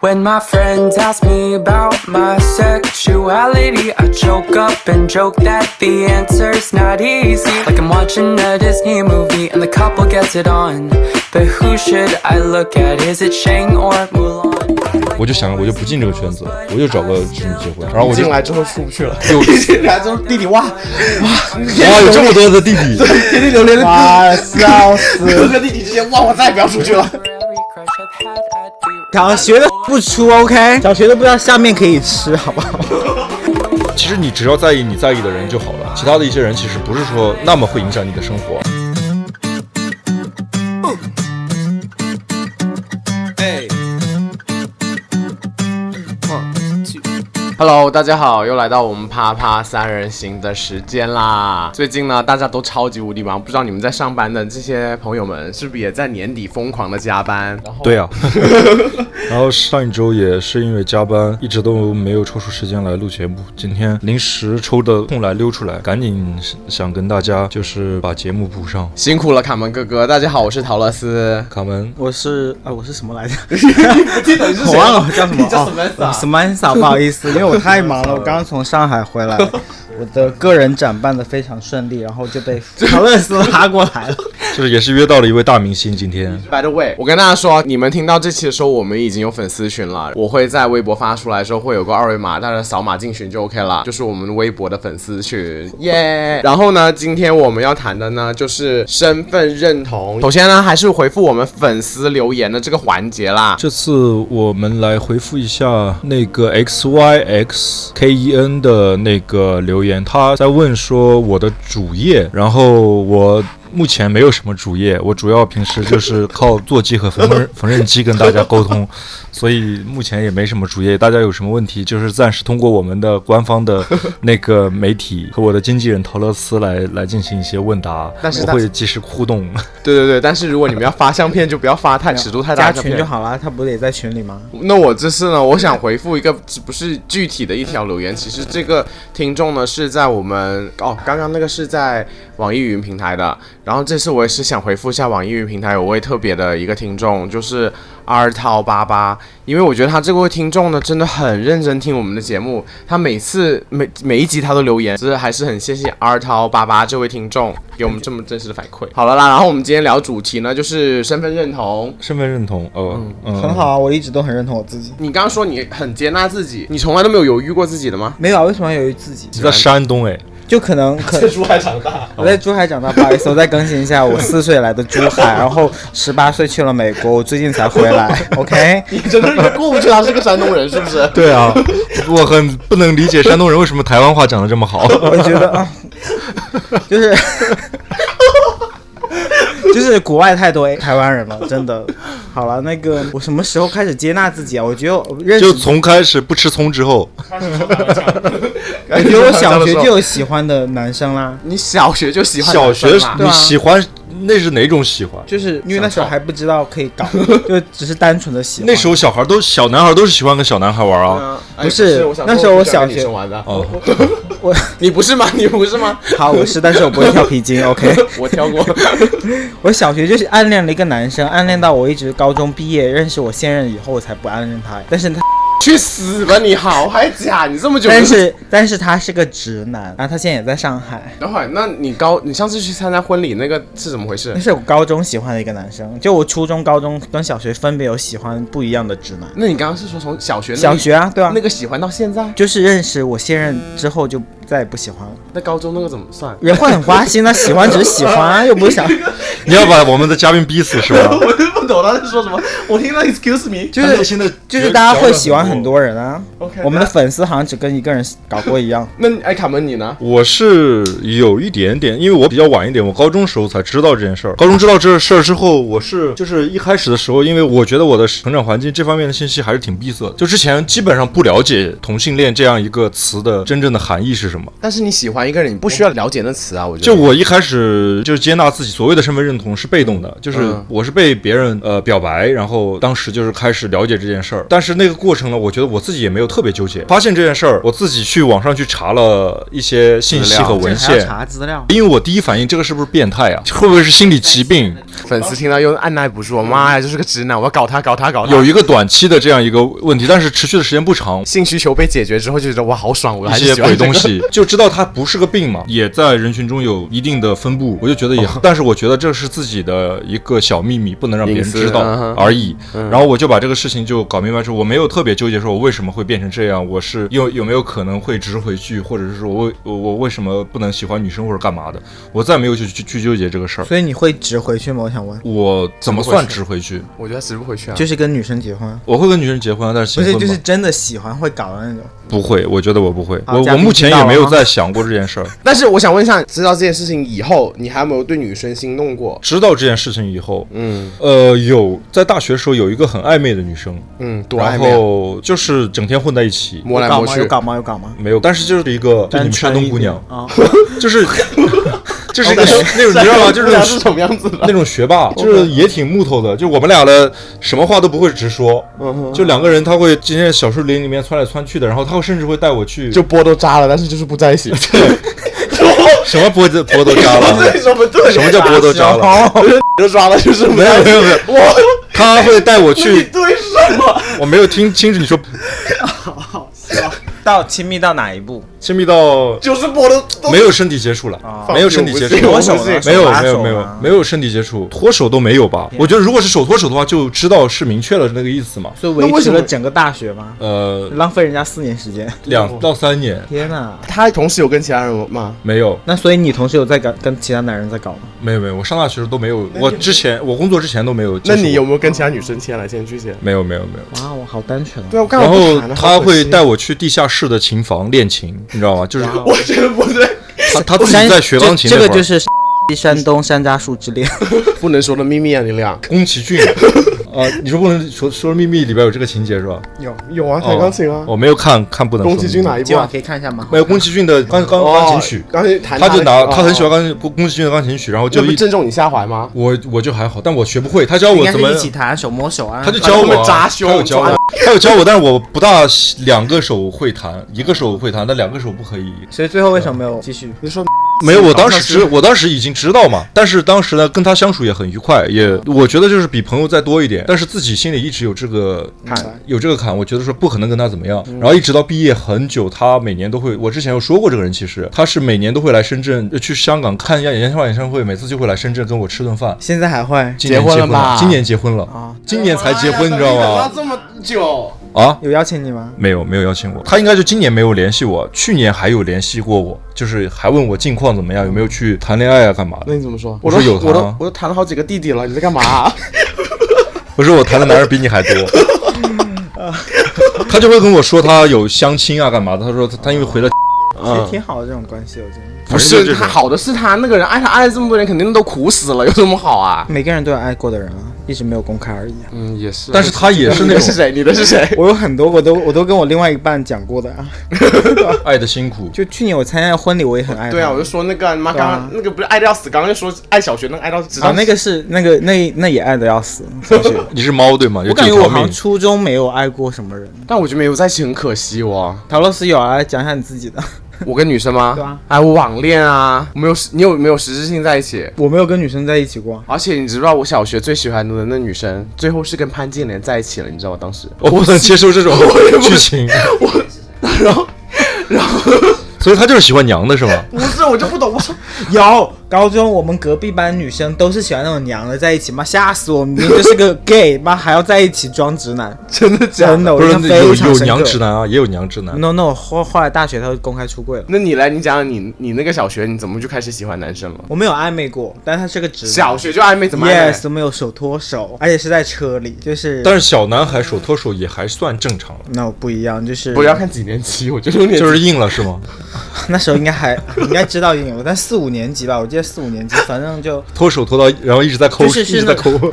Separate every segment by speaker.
Speaker 1: When my friends ask me about my sexuality, I choke up and joke that the answer's not easy. Like I'm watching a Disney movie and the couple gets it on. But who should I look at? Is it Shang or Mulan?
Speaker 2: 我就想我就不进这个圈子了，我就找个侄女结婚，然后我就
Speaker 3: 进 来之后出不去了，
Speaker 2: 就
Speaker 3: 进来之后弟弟 哇哇，
Speaker 2: 哇有这么多的弟 弟，
Speaker 3: 天天流泪的
Speaker 4: 哇，笑死！
Speaker 3: 哥和弟弟之间哇，我再也不要出去了。
Speaker 1: Crush I've had, I'd be
Speaker 4: 想学的不出，OK？想学的不知道下面可以吃，好不好？
Speaker 2: 其实你只要在意你在意的人就好了，其他的一些人其实不是说那么会影响你的生活。
Speaker 5: Hello，大家好，又来到我们啪啪三人行的时间啦。最近呢，大家都超级无敌忙，不知道你们在上班的这些朋友们是不是也在年底疯狂的加班？然后
Speaker 2: 对 啊，然后上一周也是因为加班，一直都没有抽出时间来录节目。今天临时抽的空来溜出来，赶紧想跟大家就是把节目补上。
Speaker 5: 辛苦了，卡门哥哥。大家好，我是陶乐斯。
Speaker 2: 卡门，
Speaker 4: 我是啊，我是什么来着？
Speaker 3: 记得你是啊
Speaker 4: 我忘了我 叫什么。
Speaker 3: 你叫 Samantha
Speaker 4: 什么嫂？不好意 思，因为我太忙了，我刚刚从上海回 来，我的个人展办的非常顺利，然后就 被陶乐斯拉过来 了。
Speaker 2: 就是也是约到了一位大明星，今天
Speaker 5: By the way，我跟大家说，啊你们听到这期的时候，我们已经有粉丝群了。我会在微博发出来的时候会有个二维码，大家扫码进群就 OK 了，就是我们微博的粉丝群，耶、然后呢，今天我们要谈的呢就是身份认同。首先呢，还是回复我们粉丝留言的这个环节啦。
Speaker 2: 这次我们来回复一下那个 x y x k e n 的那个留言，他在问说我的主业，然后我。目前没有什么主业，我主要平时就是靠做机和缝纫缝纫机跟大家沟 通，所以目前也没什么主业。大家有什么问题，就是暂时通过我们的官方的那个媒体和我的经纪人陶乐斯来来进行一些问答，
Speaker 5: 但是
Speaker 2: 我
Speaker 5: 大
Speaker 2: 会及时互动。
Speaker 5: 对对对，但是如果你们要发相片，就不要发太尺度太大
Speaker 4: 加
Speaker 5: 的相
Speaker 4: 群就
Speaker 5: 片。
Speaker 4: 好啦，他不是也在群里吗？
Speaker 5: 那我这次呢，我想回复一个只不是具体的一条留言，其实这个听众呢是在我们哦，刚刚那个是在网易云平台的，然后这次我也是想回复一下网易云平台有位特别的一个听众，就是阿尔涛八八，因为我觉得他这位听众呢真的很认真听我们的节目，他每次每每一集他都留言，就是还是很谢谢阿尔涛八八这位听众给我们这么真实的反馈。好了啦，然后我们今天聊主题呢就是身份认同，
Speaker 2: 身份认同，哦，嗯
Speaker 4: 很好啊，我一直都很认同我自己。
Speaker 5: 你刚刚说你很接纳自己，你从来都没有犹豫过自己的 吗？
Speaker 4: 没有啊，为什么要由于自己？
Speaker 2: 在山东哎，
Speaker 4: 就可 能可
Speaker 3: 在珠海长大，
Speaker 4: 我在珠海长大，不好意思，我再更新一下，我四岁来的珠海，然后十八岁去了美国，我最近才回来。OK，
Speaker 5: 你真的过不去，他是个山东人，是不 是？
Speaker 2: 对啊，我很不能理解山东人为什么台湾话讲的这么好。
Speaker 4: 我觉得啊，就是就是国外太多台湾人了，真的。好了，那个我什么时候开始接纳自己啊？我觉得我认识
Speaker 2: 就从开始不吃葱之后，
Speaker 4: 我觉得我 小学就有喜欢的男生啦，
Speaker 5: 你小学就喜欢
Speaker 2: 小学
Speaker 5: 男生啦
Speaker 4: 对
Speaker 2: 你
Speaker 4: 啊
Speaker 2: 喜欢那是哪种喜欢？
Speaker 4: 就是因为那时候还不知道可以搞，就只是单纯的喜欢。
Speaker 2: 那时候小孩都小男孩都是喜欢跟小男孩玩
Speaker 5: 对
Speaker 2: 啊。
Speaker 5: 啊哎
Speaker 4: 不
Speaker 5: 不
Speaker 4: 是
Speaker 5: 我想说
Speaker 4: 那时候我
Speaker 5: 不喜欢
Speaker 4: 小
Speaker 5: 跟
Speaker 4: 学
Speaker 5: 女生玩的，
Speaker 2: 哦，
Speaker 5: 你不是吗？你不是吗？
Speaker 4: 好，我是，但是我不会跳皮筋。OK。
Speaker 5: 我跳过，
Speaker 4: 我小学就是暗恋了一个男生，暗恋到我一直高中毕业，认识我现任以后，我才不暗恋他。但是他，
Speaker 5: 去死吧你！好，还假？你这么久，
Speaker 4: 但是，但是他是个直男，然后他现在也在上海。
Speaker 5: 等会儿，那你高，你上次去参加婚礼那个是怎么回事
Speaker 4: 那？是我高中喜欢的一个男生，就我初中、高中跟小学分别有喜欢不一样的直男。
Speaker 5: 那你刚刚是说从小学那
Speaker 4: 小学啊，对啊，
Speaker 5: 那个喜欢到现在，
Speaker 4: 就是认识我现任之后就再也不喜欢了。
Speaker 5: 那高中那个怎么算？
Speaker 4: 人会很花心的，喜欢只是喜欢，啊又不 是想，
Speaker 2: 你要把我们的嘉宾逼死是 吧？
Speaker 3: 我就不懂他在说什么。我听到 excuse me，
Speaker 4: 就
Speaker 2: 但
Speaker 4: 是
Speaker 2: 现在
Speaker 4: 就是大家会喜欢很。多人 啊。
Speaker 3: OK，
Speaker 4: 我们的粉丝好像只跟一个人搞过一样。
Speaker 5: 那你哎，卡门你呢？
Speaker 2: 我是有一点点，因为我比较晚一点，我高中时候才知道这件事儿。高中知道这事儿之后，我是就是一开始的时候，因为我觉得我的成长环境这方面的信息还是挺闭塞的，就之前基本上不了解同性恋这样一个词的真正的含义是什么。
Speaker 5: 但是你喜欢一个人，你不需要了解那词啊，我觉得。
Speaker 2: 就我一开始就是接纳自己所谓的身份认同是被动的，就是
Speaker 5: 嗯
Speaker 2: 我是被别人呃表白，然后当时就是开始了解这件事儿。但是那个过程呢，我觉得我自己也没有特别纠结。发现这件事儿，我自己去网上去查了一些信息和文
Speaker 4: 这还要
Speaker 2: 献。
Speaker 4: 查资料。
Speaker 2: 因为我第一反应，这个是不是变态啊？会不会是心理疾病？
Speaker 5: 粉丝听到又按耐不住，妈呀，就是个直男，我要搞他，搞他，搞他。
Speaker 2: 有一个短期的这样一个问题，但是持续的时间不长。
Speaker 5: 性需求被解决之后，就觉得哇，好爽，我还
Speaker 2: 一
Speaker 5: 是
Speaker 2: 些
Speaker 5: 喜欢
Speaker 2: 鬼
Speaker 5: 这
Speaker 2: 东
Speaker 5: 个。
Speaker 2: 西， 就知道它不是个病嘛，哦也在人群中有一定的分布，我就觉得也，但是我觉得这是自己的一个小秘密，不能让别人知道
Speaker 5: 隐私嗯哼
Speaker 2: 而已。然后我就把这个事情就搞明白之后，我没有特别纠结说我为什么会变成这样，我是有有没有可能会直回去，或者是说我为我我为什么不能喜欢女生或者干嘛的，我再没有去去去纠结这个事儿。
Speaker 4: 所以你会直回去吗？我想问，
Speaker 2: 我怎么
Speaker 5: 怎么回
Speaker 2: 算
Speaker 5: 事
Speaker 2: 直回去？
Speaker 5: 我觉得死不回去啊，
Speaker 4: 就是跟女生结婚，
Speaker 2: 我会跟女生结婚啊，但是
Speaker 4: 不
Speaker 2: 结
Speaker 4: 是
Speaker 2: 婚
Speaker 4: 就是
Speaker 2: 吗
Speaker 4: 真的喜欢会搞的那种。
Speaker 2: 不会，我觉得我不会，
Speaker 4: 好
Speaker 2: 我
Speaker 4: 嘉
Speaker 2: 我
Speaker 4: 宾
Speaker 2: 目前
Speaker 4: 知道
Speaker 2: 也没有
Speaker 4: 了
Speaker 2: 在想过这件事儿。
Speaker 5: 但是我想问一下，知道这件事情以后，你还有没有对女生心动过？
Speaker 2: 知道这件事情以后，
Speaker 5: 嗯
Speaker 2: 呃，有在大学的时候有一个很暧昧的女生，
Speaker 5: 嗯，多暧
Speaker 2: 然
Speaker 5: 昧啊，
Speaker 2: 后就是整天混在一起，
Speaker 5: 摸来
Speaker 4: 有搞
Speaker 5: 摸
Speaker 4: 吗？
Speaker 5: 去
Speaker 4: 有，搞吗？有搞吗？
Speaker 2: 没有，但是就是一个就你们山东姑娘，
Speaker 4: 啊，
Speaker 2: 就是 就是一 个那种你知道吗？就是那
Speaker 5: 是
Speaker 2: 种
Speaker 5: 什么样子 的？
Speaker 2: 那种学霸，就是也挺木头的，就我们俩的什么话都不会直说，
Speaker 5: 嗯
Speaker 2: 就两个人他会今天小树林里面窜来窜去的，然后他会甚至会带我去
Speaker 5: 就波都扎了，但是就是不在一 起。
Speaker 2: 什么脖子脖都扎了，
Speaker 5: 什么 对？
Speaker 2: 什么叫脖
Speaker 4: 哦
Speaker 2: 都扎了？
Speaker 5: 就抓了，就是
Speaker 2: 没有没有没 有，他会带我去，
Speaker 5: 对什么？
Speaker 2: 我没有听清楚你说
Speaker 4: 到亲密到哪一 步？
Speaker 2: 亲密到
Speaker 5: 就是波都
Speaker 2: 没有身体接触了，没有身体接触，
Speaker 5: 放屁我不信
Speaker 4: 我不信
Speaker 2: 没有
Speaker 4: 手拉
Speaker 2: 没有
Speaker 4: 手
Speaker 2: 没有
Speaker 4: 吗
Speaker 2: 没有身体接触，脱手都没有吧？我觉得如果是手脱手的话，就知道是明确了那个意思嘛。
Speaker 4: 所以
Speaker 5: 那
Speaker 4: 维
Speaker 5: 为
Speaker 4: 持
Speaker 5: 什么
Speaker 4: 了整个大学吗？
Speaker 2: 呃，
Speaker 4: 浪费人家四年时间。
Speaker 2: 两到三年
Speaker 4: 天哪！
Speaker 5: 他同时有跟其他人吗？
Speaker 2: 没有
Speaker 4: 那所以你同时有在搞跟其他男人在搞吗？
Speaker 2: 没有没有，我上大学时候都没有，我之前我工作之前都没有接触
Speaker 5: 那
Speaker 2: 过。
Speaker 5: 你有没有跟其他女生牵来牵去先？
Speaker 2: 没有没有没有。
Speaker 4: 哇，我好单纯啊！
Speaker 5: 对啊，我刚
Speaker 2: 然
Speaker 5: 好啊
Speaker 2: 后他会带
Speaker 5: 我，
Speaker 2: 我去地下室的琴房练琴，你知道吗？就是
Speaker 5: 我觉得不对，
Speaker 2: 他他自己在学钢琴那
Speaker 4: 这
Speaker 2: 会儿，
Speaker 4: 这个就是山东山楂树之恋。
Speaker 5: 不能说的秘密啊，你俩
Speaker 2: 宫崎骏。啊，你说不能说说秘密里边有这个情节是吧？
Speaker 5: 有有啊，
Speaker 2: 哦
Speaker 5: 弹钢琴啊，
Speaker 2: 我没有看看不能说
Speaker 5: 宫崎骏
Speaker 2: 秘密
Speaker 5: 哪一部
Speaker 4: 今晚
Speaker 5: 啊？
Speaker 4: 可以看一下吗？
Speaker 2: 没有宫崎骏的钢钢钢琴曲
Speaker 5: 哦，钢琴弹
Speaker 2: 他就拿他很喜欢
Speaker 5: 钢，
Speaker 2: 钢琴宫宫崎骏的钢琴曲，然后
Speaker 5: 这
Speaker 2: 就
Speaker 5: 不
Speaker 2: 一
Speaker 5: 正中你下怀吗？
Speaker 2: 我我就还好，但我学不会，他教
Speaker 4: 应
Speaker 2: 我
Speaker 4: 该
Speaker 2: 怎
Speaker 4: 是
Speaker 2: 么
Speaker 4: 一，起弹，手摸手啊。
Speaker 2: 他就教我
Speaker 5: 他
Speaker 2: 啊，
Speaker 5: 们扎胸
Speaker 2: 他有教我
Speaker 5: 抓，
Speaker 2: 他有教我，但是我不大两个手会弹，一个手会弹，但两个手不可以。
Speaker 4: 所以最后为什么没有继续？
Speaker 5: 你说
Speaker 2: 没有，我当时知，我当时已经知道嘛，但是当时呢，跟他相处也很愉快，也我觉得就是比朋友再多一点，但是自己心里一直有这个
Speaker 4: 看
Speaker 2: 有这个坎，我觉得说不可能跟他怎么
Speaker 5: 嗯
Speaker 2: 样。然后一直到毕业很久，他每年都会，我之前有说过这个人，其实他是每年都会来深圳，呃去香港看一下演唱会，演唱会每次就会来深圳跟我吃顿饭。
Speaker 4: 现在还会
Speaker 2: 今年
Speaker 5: 结婚了
Speaker 2: 了
Speaker 5: 吧哎
Speaker 2: 今年结婚了，
Speaker 4: 啊
Speaker 2: 今年才结婚，你知道
Speaker 5: 等
Speaker 2: 吗
Speaker 5: 了？这么久，
Speaker 2: 啊，
Speaker 4: 有邀请你吗？
Speaker 2: 没有没有邀请我，他应该就今年没有联系我，去年还有联系过我，就是还问我近况怎么样，有没有去谈恋爱啊，干嘛的
Speaker 5: 那？你怎么说？
Speaker 2: 我
Speaker 5: 我
Speaker 2: 说
Speaker 5: 都
Speaker 2: 有
Speaker 5: 我
Speaker 2: 他
Speaker 5: 都
Speaker 2: 啊
Speaker 5: 我都谈了好几个弟弟了，你在干 嘛？
Speaker 2: 我说我谈的男人比你还 多。他就会跟我说他有相亲啊，干嘛的？他说他他因为回 了啊
Speaker 4: 其实
Speaker 5: 嗯
Speaker 4: 挺好的这种关系，我觉得
Speaker 2: 反正
Speaker 5: 不是
Speaker 2: 就这
Speaker 5: 他
Speaker 2: 种
Speaker 5: 好的是他那个人爱他爱了这么多年，肯定都苦死了，有什么好啊？
Speaker 4: 每个人都有爱过的人啊，一直没有公开而已啊。
Speaker 5: 嗯，也是
Speaker 2: 但是他也是
Speaker 5: 你
Speaker 2: 那
Speaker 5: 的是
Speaker 2: 种
Speaker 5: 谁？你的是谁？
Speaker 4: 我有很多我都我都跟我另外一半讲过的啊，
Speaker 2: 爱的辛苦，
Speaker 4: 就去年我参加婚礼，我也很爱 他。
Speaker 5: 对啊，我就说那个妈
Speaker 4: 对啊
Speaker 5: 刚刚那个不是爱的要死，刚刚又说爱小学那个爱到直到
Speaker 4: 啊，那个是那个那那也爱的 要死。
Speaker 2: 你是猫对吗？有
Speaker 4: 我感觉
Speaker 2: 九
Speaker 4: 我
Speaker 2: 条
Speaker 4: 好像
Speaker 2: 命。
Speaker 4: 初中没有爱过什么人。
Speaker 5: 但我觉得没有在一起很可惜哦。
Speaker 4: 陶乐斯有啊，来讲一下你自己的。
Speaker 5: 我跟女生吗？
Speaker 4: 对啊。
Speaker 5: 哎，我网恋啊，我没有，你有没有实质性在一起？
Speaker 4: 我没有跟女生在一起 过，
Speaker 5: 而且你知道我小学最喜欢的那女生，最后是跟潘金莲在一起了，你知道吗？ 当时，
Speaker 2: 我不能接受这种剧情，
Speaker 5: 然后
Speaker 2: 所以他就是喜欢娘的是吗？
Speaker 5: 不是我就不懂，我说
Speaker 4: 有高中我们隔壁班女生都是喜欢那种娘的在一起，妈吓死我！明明就是 个 gay，妈还要在一起装直男，
Speaker 5: 真的假
Speaker 4: 真
Speaker 5: 的？
Speaker 4: 的，我
Speaker 2: 不是
Speaker 4: 印象
Speaker 2: 有
Speaker 4: 非常
Speaker 2: 有
Speaker 4: 深
Speaker 2: 娘
Speaker 4: 刻嗯
Speaker 2: 直。男啊，也有娘直男。
Speaker 4: No no，后后来大学他就公开出柜了。
Speaker 5: 那你来，你讲讲你你那个小学你怎么就开始喜欢男生了？
Speaker 4: 我没有暧昧过，但他是个直男。
Speaker 5: 小学就暧昧怎么暧昧
Speaker 4: yes，我们有手拖手，而且是在车里，就是。
Speaker 2: 但是小男孩手脱手也还算正常了，
Speaker 4: 那我不一样，就是
Speaker 5: 不要看几年级，我觉得有点
Speaker 2: 就是硬了是吗？
Speaker 4: 那时候应该还应该知道有，但四五年级吧，我记得四五年级，反正就
Speaker 2: 脱手脱到然后一直在抠，
Speaker 4: 就是
Speaker 2: 一
Speaker 4: 是
Speaker 2: 直在
Speaker 4: 那
Speaker 2: 抠，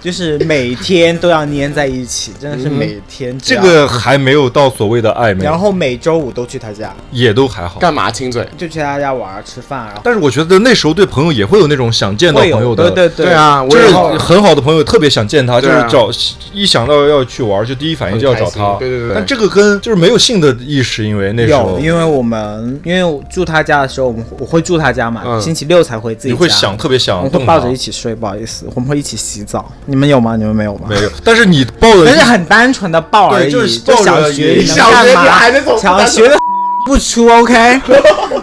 Speaker 4: 就是每天都要粘在一起，真的是每天
Speaker 2: 这
Speaker 4: 样。
Speaker 2: 个还没有到所谓的暧昧，
Speaker 4: 然后每周五都去他家，
Speaker 2: 也都还好。
Speaker 5: 干嘛亲嘴？
Speaker 4: 就去他家玩儿吃饭，然后
Speaker 2: 但是我觉得那时候对朋友也会有那种想见到
Speaker 4: 会
Speaker 2: 朋
Speaker 4: 有
Speaker 2: 友
Speaker 4: 对
Speaker 2: 的，
Speaker 4: 对对
Speaker 5: 对，啊，我
Speaker 2: 就
Speaker 5: 也
Speaker 2: 是
Speaker 5: 好
Speaker 2: 很好的朋友，特别想见他，就
Speaker 5: 对
Speaker 2: 是
Speaker 5: 啊
Speaker 2: 找一想到要去玩，就第一反应就要找他。
Speaker 5: 很开心对对对
Speaker 2: 但这个跟就是没有性的意识，因为那时候
Speaker 4: 有，因为我们因为我住他家的时候，我们我会住他家嘛，
Speaker 5: 嗯
Speaker 4: 星期六才回自
Speaker 2: 你
Speaker 4: 己家。
Speaker 2: 会想，特别
Speaker 4: 我
Speaker 2: 想
Speaker 4: 们
Speaker 2: 动
Speaker 4: 会
Speaker 2: 他
Speaker 4: 抱着一起睡，不好意思，我们会一起洗澡。你们有吗？你们没有吗？
Speaker 2: 没有，但是你抱着
Speaker 4: 但是很单纯的抱而
Speaker 2: 对
Speaker 4: 已，
Speaker 2: 就是
Speaker 4: 就
Speaker 2: 抱着
Speaker 4: 小
Speaker 2: 而已
Speaker 4: 学能
Speaker 5: 小学
Speaker 4: 干
Speaker 5: 你
Speaker 4: 嘛
Speaker 5: 还在走
Speaker 4: 小学的 不出 OK，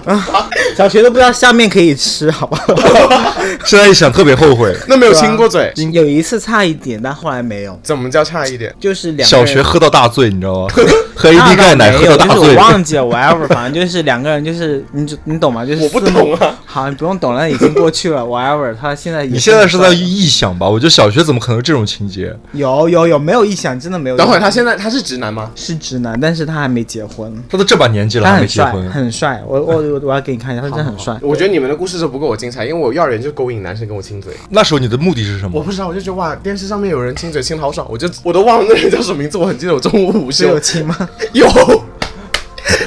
Speaker 4: 啊小学都不知道下面可以吃，好不好？
Speaker 2: 现在一想特别后 悔。
Speaker 5: 那没有亲过嘴，
Speaker 4: 有一次差一点，但后来没有，
Speaker 5: 怎么叫差一点？
Speaker 4: 就是两个
Speaker 2: 小
Speaker 4: 人
Speaker 2: 学喝到大醉，你知道吗？ 喝 AD
Speaker 4: 那
Speaker 2: 钙
Speaker 4: 倒
Speaker 2: 奶
Speaker 4: 没
Speaker 2: 喝
Speaker 4: 有，
Speaker 2: 到
Speaker 4: 就
Speaker 2: 大
Speaker 4: 是
Speaker 2: 醉
Speaker 4: 我，忘记了 whatever，反正就是两个人就是你就你懂吗？就是
Speaker 5: 我不
Speaker 4: 四目
Speaker 5: 懂啊，
Speaker 4: 好，你不用懂了，已经过去了 whatever。他现在
Speaker 2: 你现在是在
Speaker 4: 有
Speaker 2: 臆想吧？我觉得小学怎么可能有这种情节？
Speaker 4: 有有有没有意向，真的没有意向。
Speaker 5: 等会儿他现在他是直男吗？
Speaker 4: 是直男，但是他还没结婚。
Speaker 2: 他都这把年纪了
Speaker 4: 他
Speaker 2: 还没
Speaker 4: 很
Speaker 2: 结
Speaker 4: 帅，
Speaker 2: 婚，
Speaker 4: 很帅。我我我我要给你看一下，他真的很帅。
Speaker 5: 我觉得你们的故事都不够我精彩，因为我幼儿园就勾引男生跟我亲嘴，
Speaker 2: 那时候你的目的是什
Speaker 5: 我
Speaker 2: 么？
Speaker 5: 不知道，我就觉得哇，电视上面有人亲嘴亲得好爽，我就我都忘了那人叫什么名字，我很记得我中午午
Speaker 4: 只有
Speaker 5: 休
Speaker 4: 亲吗？
Speaker 5: 有，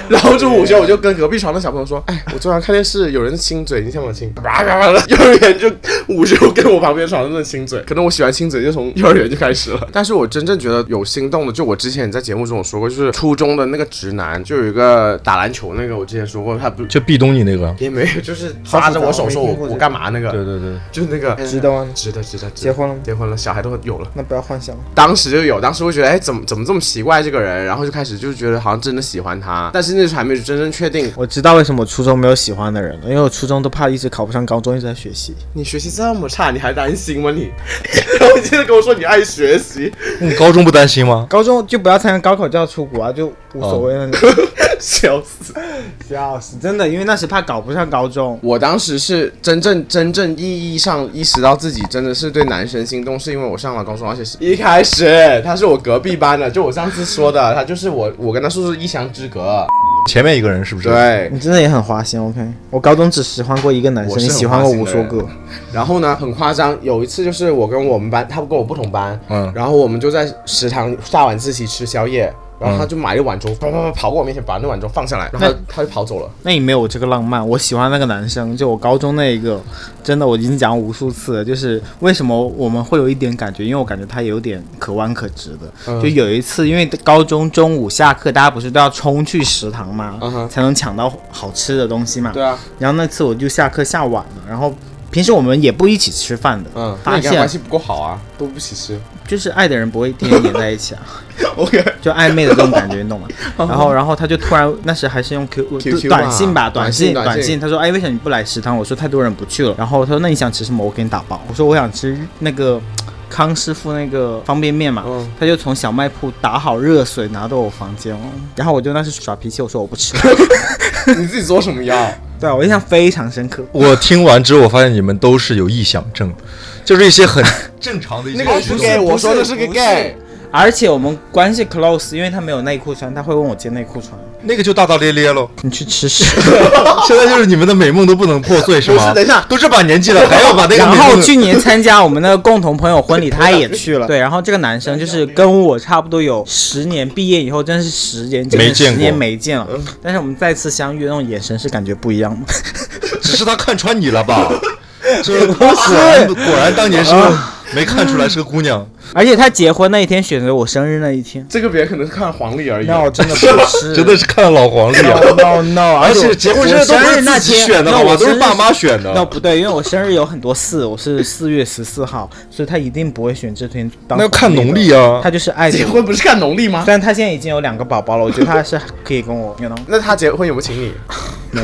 Speaker 5: 然后中午午休我就跟隔壁床的小朋友说，哎，我昨晚看电视有人亲嘴，你想不想亲？叭叭叭的，幼儿园就午休跟我旁边床的人亲嘴，可能我喜欢亲嘴就从幼儿园就开始了。但是我真正觉得有心动的，就我之前在节目中有说过，就是初中的那个直男，就有一个打篮球那个，我之前说过，他不
Speaker 2: 就壁咚你那个？
Speaker 5: 也没有，就是抓着我手说我我干嘛那个，
Speaker 2: 对对对，
Speaker 5: 就是那个
Speaker 4: 值得吗
Speaker 5: 值得值得，值得
Speaker 4: 结婚了吗
Speaker 5: 结婚了，小孩都有了。
Speaker 4: 那不要幻想。
Speaker 5: 当时就有，当时会觉得，哎，怎么怎么这么奇怪这个人，然后就开始就是觉得好像真的喜欢他，但是那时候还没有真正确定。
Speaker 4: 我知道为什么我初中没有喜欢的人了，因为我初中都怕一直考不上高中，一直在学习。
Speaker 5: 你学习这么差，你还担心吗你？ 然后你现在跟我说你爱学习，
Speaker 2: 你嗯高中不担心吗？
Speaker 4: 高中就不要参加高考，就要出国啊，就无所谓那 种。
Speaker 5: 笑死！
Speaker 4: 笑死，真的，因为那时怕搞不上高中。
Speaker 5: 我当时是真正真正意义上意识到自己真的是对男生心动，是因为我上了高中，而且是一开始他是我隔壁班的，就我上次说的，他就是我，我跟他说是一墙之隔。
Speaker 2: 前面一个人是不是？，
Speaker 5: 对，
Speaker 4: 你真的也很花心，OK？我高中只喜欢过一个男生，
Speaker 5: 我是
Speaker 4: 你
Speaker 5: 很
Speaker 4: 喜欢过无数个，
Speaker 5: 然后呢，很夸张，有一次就是我跟我们班，他跟我不同班，
Speaker 2: 嗯
Speaker 5: 然后我们就在食堂下晚自习吃宵夜，然后他就买了一碗粥，啪啪啪跑过我面前，把那碗粥放下来，然后他他就跑走了。
Speaker 4: 那你没有我这个浪漫。我喜欢那个男生，就我高中那一个，真的我已经讲无数次了。就是为什么我们会有一点感觉，因为我感觉他有点可弯可直的。
Speaker 5: 嗯
Speaker 4: 就有一次，因为高中中午下课，大家不是都要冲去食堂嘛，
Speaker 5: 嗯哼
Speaker 4: 才能抢到好吃的东西嘛。
Speaker 5: 对啊，
Speaker 4: 然后那次我就下课下晚了，然后平时我们也不一起吃饭的，
Speaker 5: 嗯，那
Speaker 4: 发
Speaker 5: 你跟他
Speaker 4: 现
Speaker 5: 关系不够好啊，都不起吃。
Speaker 4: 就是爱的人不会天天黏在一起啊。
Speaker 5: OK，
Speaker 4: 就暧昧的这种感觉，你懂吗？然后，然后他就突然，那时还是用 Q
Speaker 5: QQ
Speaker 4: 短信吧，
Speaker 5: 嘛
Speaker 4: 短
Speaker 5: 啊短信
Speaker 4: 短
Speaker 5: 短
Speaker 4: 信
Speaker 5: 信
Speaker 4: 他说，哎，为什么你不来食堂？我说太多人不去了。然后他说，那你想吃什么？我给你打包。我说我想吃那个康师傅那个方便面嘛。
Speaker 5: 嗯
Speaker 4: 他就从小卖铺打好热水拿到我房间，哦然后我就那是耍脾气，我说我不吃。
Speaker 5: 你自己做什么 药？
Speaker 4: 对我印象非常深刻。
Speaker 2: 我听完之后，我发现你们都是有臆想症，就是一些很 正常的一些
Speaker 5: 那个
Speaker 2: 举
Speaker 5: 是
Speaker 2: 动
Speaker 5: gay，我说的是个
Speaker 4: 不是
Speaker 5: gay。
Speaker 4: 而且我们关系 close，因为他没有内裤穿，他会问我借内裤穿。
Speaker 2: 那个就大大咧咧喽。
Speaker 4: 你去吃 屎。
Speaker 2: 现在就是你们的美梦都不能破碎，是吗？
Speaker 5: 不是等一下
Speaker 2: 都这把年纪了，还要把那个
Speaker 4: 然
Speaker 2: 美梦
Speaker 4: 后去年参加我们那个共同朋友婚 礼，他也去了。对，然后这个男生就是跟我差不多有十年，毕业以后真的是十年，整整
Speaker 2: 没见过嗯
Speaker 4: 十年没见了。但是我们再次相遇，那种眼神是感觉不一样的。
Speaker 2: 只是他看穿你了 吧？这果然果然当年是个没看出来是个姑娘，
Speaker 4: 而且他结婚那一天选择我生日那一天，
Speaker 5: 这个别人可能是看黄历而已。
Speaker 4: 我真的不 是
Speaker 2: 真的是看老黄历啊。
Speaker 4: no no，
Speaker 2: 而且结婚证都不
Speaker 4: 生日
Speaker 2: 是
Speaker 4: 那
Speaker 2: 自己
Speaker 4: 天
Speaker 2: 选的
Speaker 4: 那
Speaker 2: 好吧，
Speaker 4: 我
Speaker 2: 都是
Speaker 4: 生日
Speaker 2: 爸妈选
Speaker 4: 那
Speaker 2: 的。
Speaker 4: 不对，因为我生日有很多次，我是四月十四号，所以他一定不会选这天当。
Speaker 2: 那要看农历，啊
Speaker 4: 他，就是爱
Speaker 5: 结
Speaker 4: 着我。
Speaker 5: 婚不是看农历吗？
Speaker 4: 但他现在已经有两个宝宝了，我觉得他是可以跟我 you know
Speaker 5: 那他结婚有没有请你？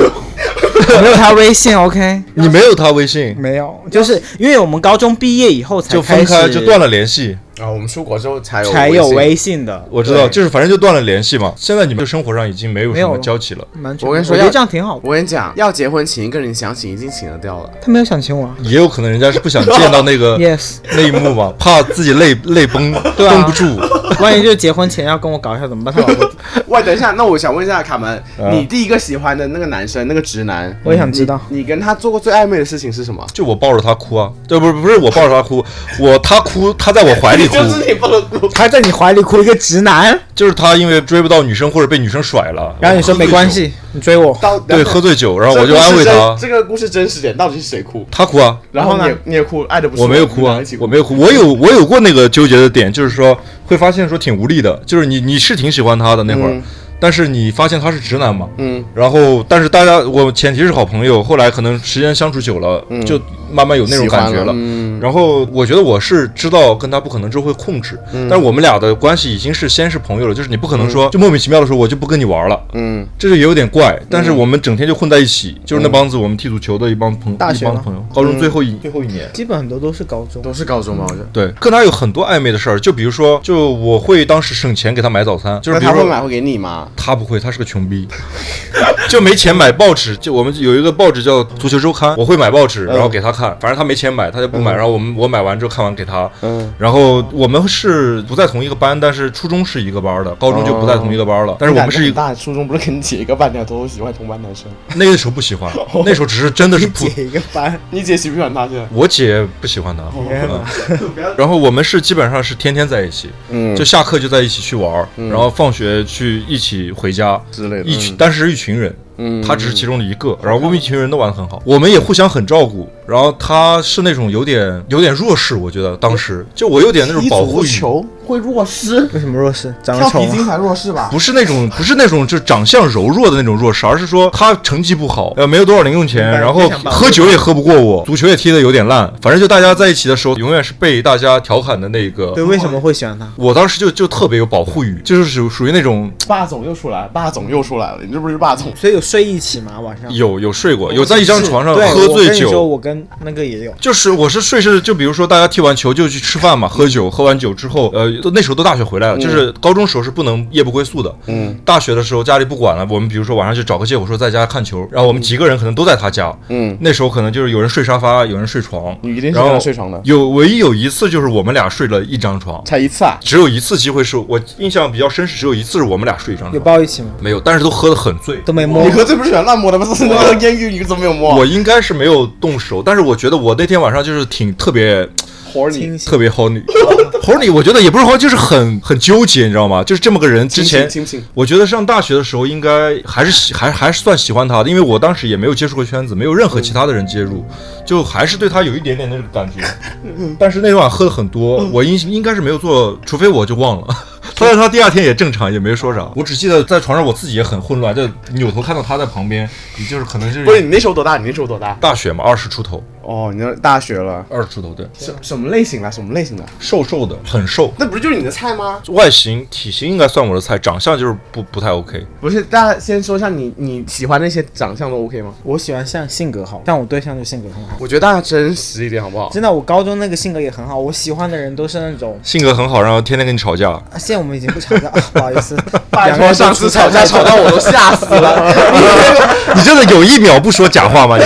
Speaker 4: 没有他微信，OK？
Speaker 2: 你没有他微信，
Speaker 4: 没有，就是因为我们高中毕业以后才
Speaker 2: 就分
Speaker 4: 开
Speaker 2: 开
Speaker 4: 始
Speaker 2: 就断了联系。
Speaker 5: 啊，我们出国之后才有
Speaker 4: 才有
Speaker 5: 微
Speaker 4: 微
Speaker 5: 信。
Speaker 4: 信的，
Speaker 2: 我知道，
Speaker 5: 对
Speaker 2: 就是反正就断了联系嘛。现在你们就生活上已经没有
Speaker 4: 没
Speaker 2: 什
Speaker 4: 有
Speaker 2: 么
Speaker 4: 了
Speaker 2: 交集了，
Speaker 4: 蛮
Speaker 5: 我跟你说
Speaker 4: 我觉
Speaker 5: 要
Speaker 4: 得这样挺好的。
Speaker 5: 我跟你讲，要结婚请一个人，想请已经请得掉了。
Speaker 4: 他没有想请我啊
Speaker 2: 也有可能人家是不想见 到那个
Speaker 4: ，yes，
Speaker 2: 那一幕 嘛，怕自己泪泪崩，
Speaker 4: 对啊
Speaker 2: 绷不住。
Speaker 4: 万一就结婚前要跟我搞一下怎么办？他老婆，
Speaker 5: 喂，等一下，那我想问一下卡门，
Speaker 2: 啊
Speaker 5: 你第一个喜欢的那个男生，那个直男，
Speaker 4: 我也想知道。
Speaker 5: 你跟他做过最暧昧的事情是什么？
Speaker 2: 就我抱着他哭啊，对，不是不是我抱着他哭，我他哭，他在我怀 里哭，
Speaker 3: 就是你不能哭，
Speaker 4: 他在你怀里哭一个直男，
Speaker 2: 就是他因为追不到女生或者被女生甩了，
Speaker 4: 然后你说没关，系，你追我，
Speaker 5: 到
Speaker 2: 对，喝醉酒，然后我
Speaker 5: 这
Speaker 2: 就
Speaker 5: 个故
Speaker 2: 安
Speaker 5: 事
Speaker 2: 慰
Speaker 5: 真
Speaker 2: 他，
Speaker 5: 这个故事真实点，到底是谁哭？
Speaker 2: 他哭啊，
Speaker 5: 然
Speaker 4: 后
Speaker 5: 后
Speaker 4: 呢
Speaker 5: 你也你也哭，爱的不是
Speaker 2: 我没有哭啊
Speaker 5: 你们俩一起，
Speaker 2: 我没有哭，我有我有过那个纠结的点，就是说会发现说挺无力的，就是你你是挺喜欢他的那会儿，
Speaker 5: 嗯
Speaker 2: 但是你发现他是直男嘛，
Speaker 5: 嗯，
Speaker 2: 然后但是大家我前提是好朋友，后来可能时间相处久了，就慢慢有那种感觉
Speaker 5: 嗯喜
Speaker 2: 了
Speaker 5: 欢了，嗯
Speaker 2: 然后我觉得我是知道跟他不可能就会控制，
Speaker 5: 嗯
Speaker 2: 但是我们俩的关系已经是先是朋友了，就是你不可能说、就莫名其妙的说我就不跟你玩了，
Speaker 5: 嗯，
Speaker 2: 这就有点怪，但是我们整天就混在一起，就是那帮子我们踢足球的一帮朋
Speaker 4: 大
Speaker 2: 一
Speaker 4: 学吗
Speaker 2: 帮朋友，高中最后
Speaker 5: 嗯
Speaker 2: 一、最后一年。
Speaker 4: 基本很多都是高中。
Speaker 5: 都是高中吧，我觉得。
Speaker 2: 对，跟他有很多暧昧的事儿，就比如说，就我会当时省钱给他买早餐，就是
Speaker 5: 那
Speaker 2: 比如
Speaker 5: 他
Speaker 2: 说
Speaker 5: 会买会给你吗？
Speaker 2: 他不会，他是个穷逼， 就没钱买报纸。就我们有一个报纸叫《足球周刊》，我会买报
Speaker 5: 嗯
Speaker 2: 纸，然后给他看。反正他没钱买，他就不买。然后我们我买完之后看完给他。
Speaker 5: 嗯。
Speaker 2: 然后我们是不在同一个班，但是初中是一个班的，高中就不在同一个班了。但是我们是一
Speaker 5: 你俩很大初中不是跟你姐一个班的，都喜欢同班男生。
Speaker 2: 那个时候不喜 欢，那时候只是真的是普
Speaker 4: 解一个班，
Speaker 5: 你姐喜不喜欢他现在？
Speaker 2: 我姐不喜欢他，嗯然后我们是基本上是天天在一起，
Speaker 5: 嗯
Speaker 2: 就下课就在一起去玩儿，然后放学去一起回家
Speaker 5: 之类的
Speaker 2: 一群
Speaker 5: 嗯
Speaker 2: 但是是一群人，
Speaker 5: 嗯
Speaker 2: 他只是其中的一个，然后我们一群人都玩得很好，我们也互相很照顾，然后他是那种有点有点弱势，我觉得当
Speaker 5: 哎
Speaker 2: 时就我有点那种保护欲。
Speaker 5: 会弱势，
Speaker 4: 为什么弱势？长得
Speaker 5: 跳
Speaker 4: 丑啊
Speaker 5: 皮
Speaker 2: 啊
Speaker 4: 吗？
Speaker 5: 筋才弱势吧？
Speaker 2: 不是那种，不是那种，就长相柔弱的那种弱势，而是说他成绩不好，呃，没有多少零用钱，然后喝酒也喝不过我，足球也踢得有点烂，反正就大家在一起的时候，永远是被大家调侃的那个
Speaker 4: 对，。为什么会喜欢他？
Speaker 2: 我当时就就特别有保护欲，就是属属于那种
Speaker 5: 霸总又出来，霸总又出来了，你这不是霸总？
Speaker 4: 所以有睡一起吗？晚上
Speaker 2: 有有睡过，有在一张床上
Speaker 4: 对
Speaker 2: 喝
Speaker 4: 我跟
Speaker 2: 醉
Speaker 4: 你说，
Speaker 2: 酒，
Speaker 4: 我跟那个也有，
Speaker 2: 就是我是睡是就比如说大家踢完球就去吃饭嘛，喝酒，喝完酒之后，呃，都那时候都大学回来了，就是高中时候是不能夜不归宿的，
Speaker 5: 嗯，
Speaker 2: 大学的时候家里不管了，我们比如说晚上去找个借口说在家看球，然后我们几个人可能都在他家，
Speaker 5: 嗯，
Speaker 2: 那时候可能就是有人睡沙发，有人睡床，
Speaker 5: 你一定是
Speaker 2: 然
Speaker 5: 跟
Speaker 2: 后
Speaker 5: 他睡床的
Speaker 2: 有唯一有一次就是我们俩睡了一张床，
Speaker 5: 才一次啊？
Speaker 2: 只有一次机会是我印象比较深是只有一次是我们俩睡一张
Speaker 4: 有
Speaker 2: 床，
Speaker 4: 抱一起吗？
Speaker 2: 没有，但是都喝得很醉，
Speaker 4: 都没摸
Speaker 5: 你。喝醉不是喜欢乱摸的吗？是 那个艳遇，你怎么没有摸？
Speaker 2: 我应该是没有动手，但是我觉得我那天晚上就是挺特别
Speaker 5: 活
Speaker 4: 清
Speaker 5: 你
Speaker 2: 特别 horny horny，我觉得也不是 horny，就是很很纠结，你知道吗？就是这么个人，之前
Speaker 5: 亲亲亲
Speaker 2: 我觉得上大学的时候应该还是喜还还是算喜欢他的，因为我当时也没有接触过圈子，没有任何其他的人介入，就还是对他有一点点那种感觉。但是那晚喝了很多，我应应该是没有做，除非我就忘了。但是他第二天也正常，也没说啥。我只记得在床上我自己也很混乱，就扭头看到他在旁边，也就是可能就
Speaker 5: 不是
Speaker 2: 是
Speaker 5: 你那时候多大？你那时候多大？
Speaker 2: 大学嘛，二十出头，
Speaker 5: 哦，你那大学了，
Speaker 2: 二十出头对，
Speaker 5: 什什么类型啊的？什么类型的？
Speaker 2: 瘦瘦的，很瘦，
Speaker 5: 那不是就是你的菜吗？
Speaker 2: 外形体型应该算我的菜，长相就是不不太 OK。
Speaker 5: 不是，大家先说一下你你喜欢那些长相都 OK 吗？
Speaker 4: 我喜欢像性格好，但我对象就性格很好。
Speaker 5: 我觉得大家真实一点好不好？
Speaker 4: 真的，我高中那个性格也很好，我喜欢的人都是那种。
Speaker 2: 性格很好，然后天天跟你吵 架，
Speaker 4: 啊现在我们已经不吵架， 啊不好意思。
Speaker 5: 拜
Speaker 4: 两个
Speaker 5: 托，
Speaker 4: 人
Speaker 5: 上次吵架吵到我都吓死 了。
Speaker 2: 你真的有一秒不说假话吗？你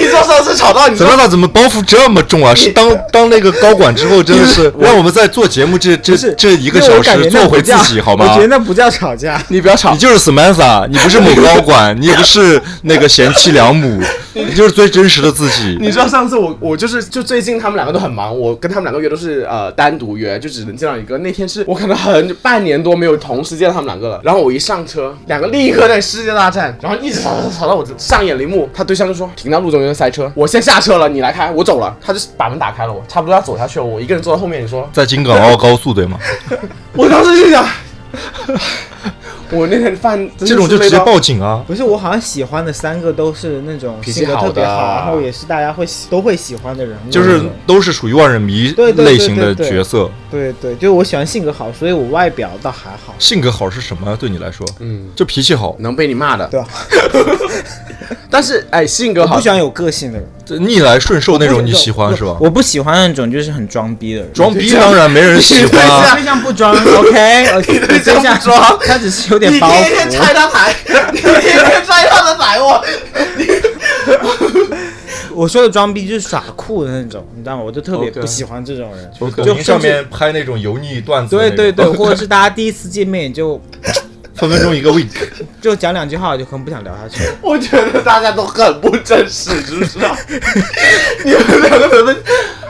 Speaker 5: 你说上次吵到你
Speaker 2: 怎么了？怎么包袱这么重啊？是当当那个高管之后，真的 是让我们在做节目这这
Speaker 4: 不是
Speaker 2: 这一个
Speaker 4: 因为
Speaker 2: 小
Speaker 4: 我感觉
Speaker 2: 时
Speaker 4: 那
Speaker 2: 做回
Speaker 4: 不
Speaker 2: 自
Speaker 4: 叫
Speaker 2: 己好吗
Speaker 4: 我？觉得那不叫吵架，
Speaker 5: 你不要吵
Speaker 2: 你，就是 Samantha，你不是某高 管，你也不是那个贤妻良母，你就是最真实的自己。
Speaker 5: 你知道上次我我就是就最近他们两个都很忙，我跟他们两个约都是呃单独约，就只能见到一个。那天是我可能很半年多没有同时见到他们两个了。然后我一上车，两个立刻在世界大战，然后一直吵吵吵到我上眼帘幕。他对象就说停到路中间塞车，我先下车了，你来开，我走了。他就把门打开了我，差不多要走下去了，我一个人坐在后面。你说
Speaker 2: 在京港澳高速对 吗？
Speaker 5: 我当时就想，我那天饭真的是
Speaker 2: 这种就直接
Speaker 5: 累到
Speaker 2: 报警啊！
Speaker 4: 不是我好像喜欢的三个都是那种
Speaker 5: 脾气
Speaker 4: 性格特别
Speaker 5: 好的啊
Speaker 4: 好，然后也是大家会喜都会喜欢的人，
Speaker 2: 就是都是属于万人迷
Speaker 4: 对对对
Speaker 2: 类型的
Speaker 4: 对对
Speaker 2: 角色，
Speaker 4: 对对，就是我喜欢性格好，所以我外表倒还好，
Speaker 2: 性格好是什么？对你来说，
Speaker 5: 嗯，
Speaker 2: 就脾气好，
Speaker 5: 能被你骂的，
Speaker 4: 对吧？
Speaker 5: 但是哎，性格
Speaker 4: 我
Speaker 5: 好
Speaker 4: 不喜，欢有个性的人，
Speaker 2: 这逆来顺受那
Speaker 4: 不
Speaker 2: 种你喜欢是吧？
Speaker 6: 我不喜欢那种就是很装逼的人。
Speaker 2: 装逼当然没人 喜欢啊。
Speaker 4: 对象不 装，OK，我呃对
Speaker 5: 象不装
Speaker 4: 他只是有
Speaker 3: 你
Speaker 4: 点包
Speaker 3: 天天
Speaker 4: 袱。
Speaker 3: 拆他台，你天天拆他的台，我
Speaker 4: 我说的装逼就是耍酷的那种，你知道吗？我就特别
Speaker 5: OK
Speaker 4: 不喜欢这种人。
Speaker 2: 就
Speaker 4: 就
Speaker 2: 抖音上面拍那种油腻段子的那
Speaker 4: 对
Speaker 2: 种，
Speaker 4: 对 对，或者是大家第一次见面就
Speaker 2: 分分钟一个 week。
Speaker 4: 就讲两句话，我就很不想聊下 去。
Speaker 3: 我觉得大家都很不真实，是不是啊？你们两个人们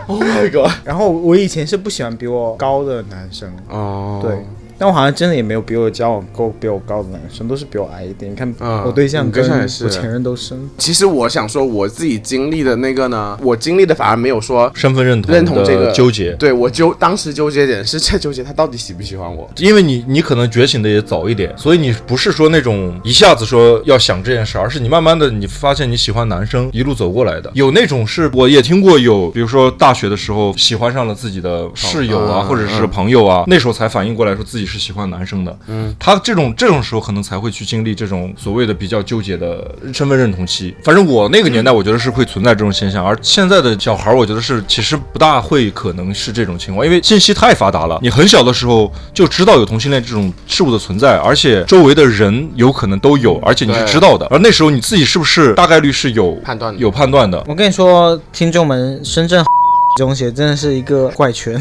Speaker 5: ，Oh my god，
Speaker 4: 然后我以前是不喜欢比我高的男生，
Speaker 5: 哦，
Speaker 4: 对，但我好像真的也没有比我交往过比我高的男生，都是比我矮一点。你看
Speaker 5: 啊
Speaker 4: 我对象
Speaker 5: 你对
Speaker 4: 跟
Speaker 5: 象也是
Speaker 4: 我前任都是，
Speaker 5: 其实我想说，我自己经历的那个呢，我经历的反而没有说
Speaker 2: 身份认同
Speaker 5: 认同这
Speaker 2: 的
Speaker 5: 个
Speaker 2: 纠结，
Speaker 5: 对我纠当时纠结点是在纠结他到底喜不喜欢我。
Speaker 2: 因为你你可能觉醒的也早一点，所以你不是说那种一下子说要想这件事，而是你慢慢的你发现你喜欢男生，一路走过来的。有那种是我也听过有，比如说大学的时候喜欢上了自己的室友啊，
Speaker 5: 嗯
Speaker 2: 或者是朋友啊，那时候才反应过来说自己是喜欢男生的。嗯，他这种这种时候可能才会去经历这种所谓的比较纠结的身份认同期。反正我那个年代，我觉得是会存在这种现象，而现在的小孩，我觉得是其实不大会可能是这种情况，因为信息太发达了，你很小的时候就知道有同性恋这种事物的存在，而且周围的人有可能都有，而且你是
Speaker 5: 对
Speaker 2: 知道的，而那时候你自己是不是大概率是有
Speaker 5: 判断的
Speaker 2: 有判断的，
Speaker 4: 我跟你说，听众们，深圳 中学真的是一个怪圈，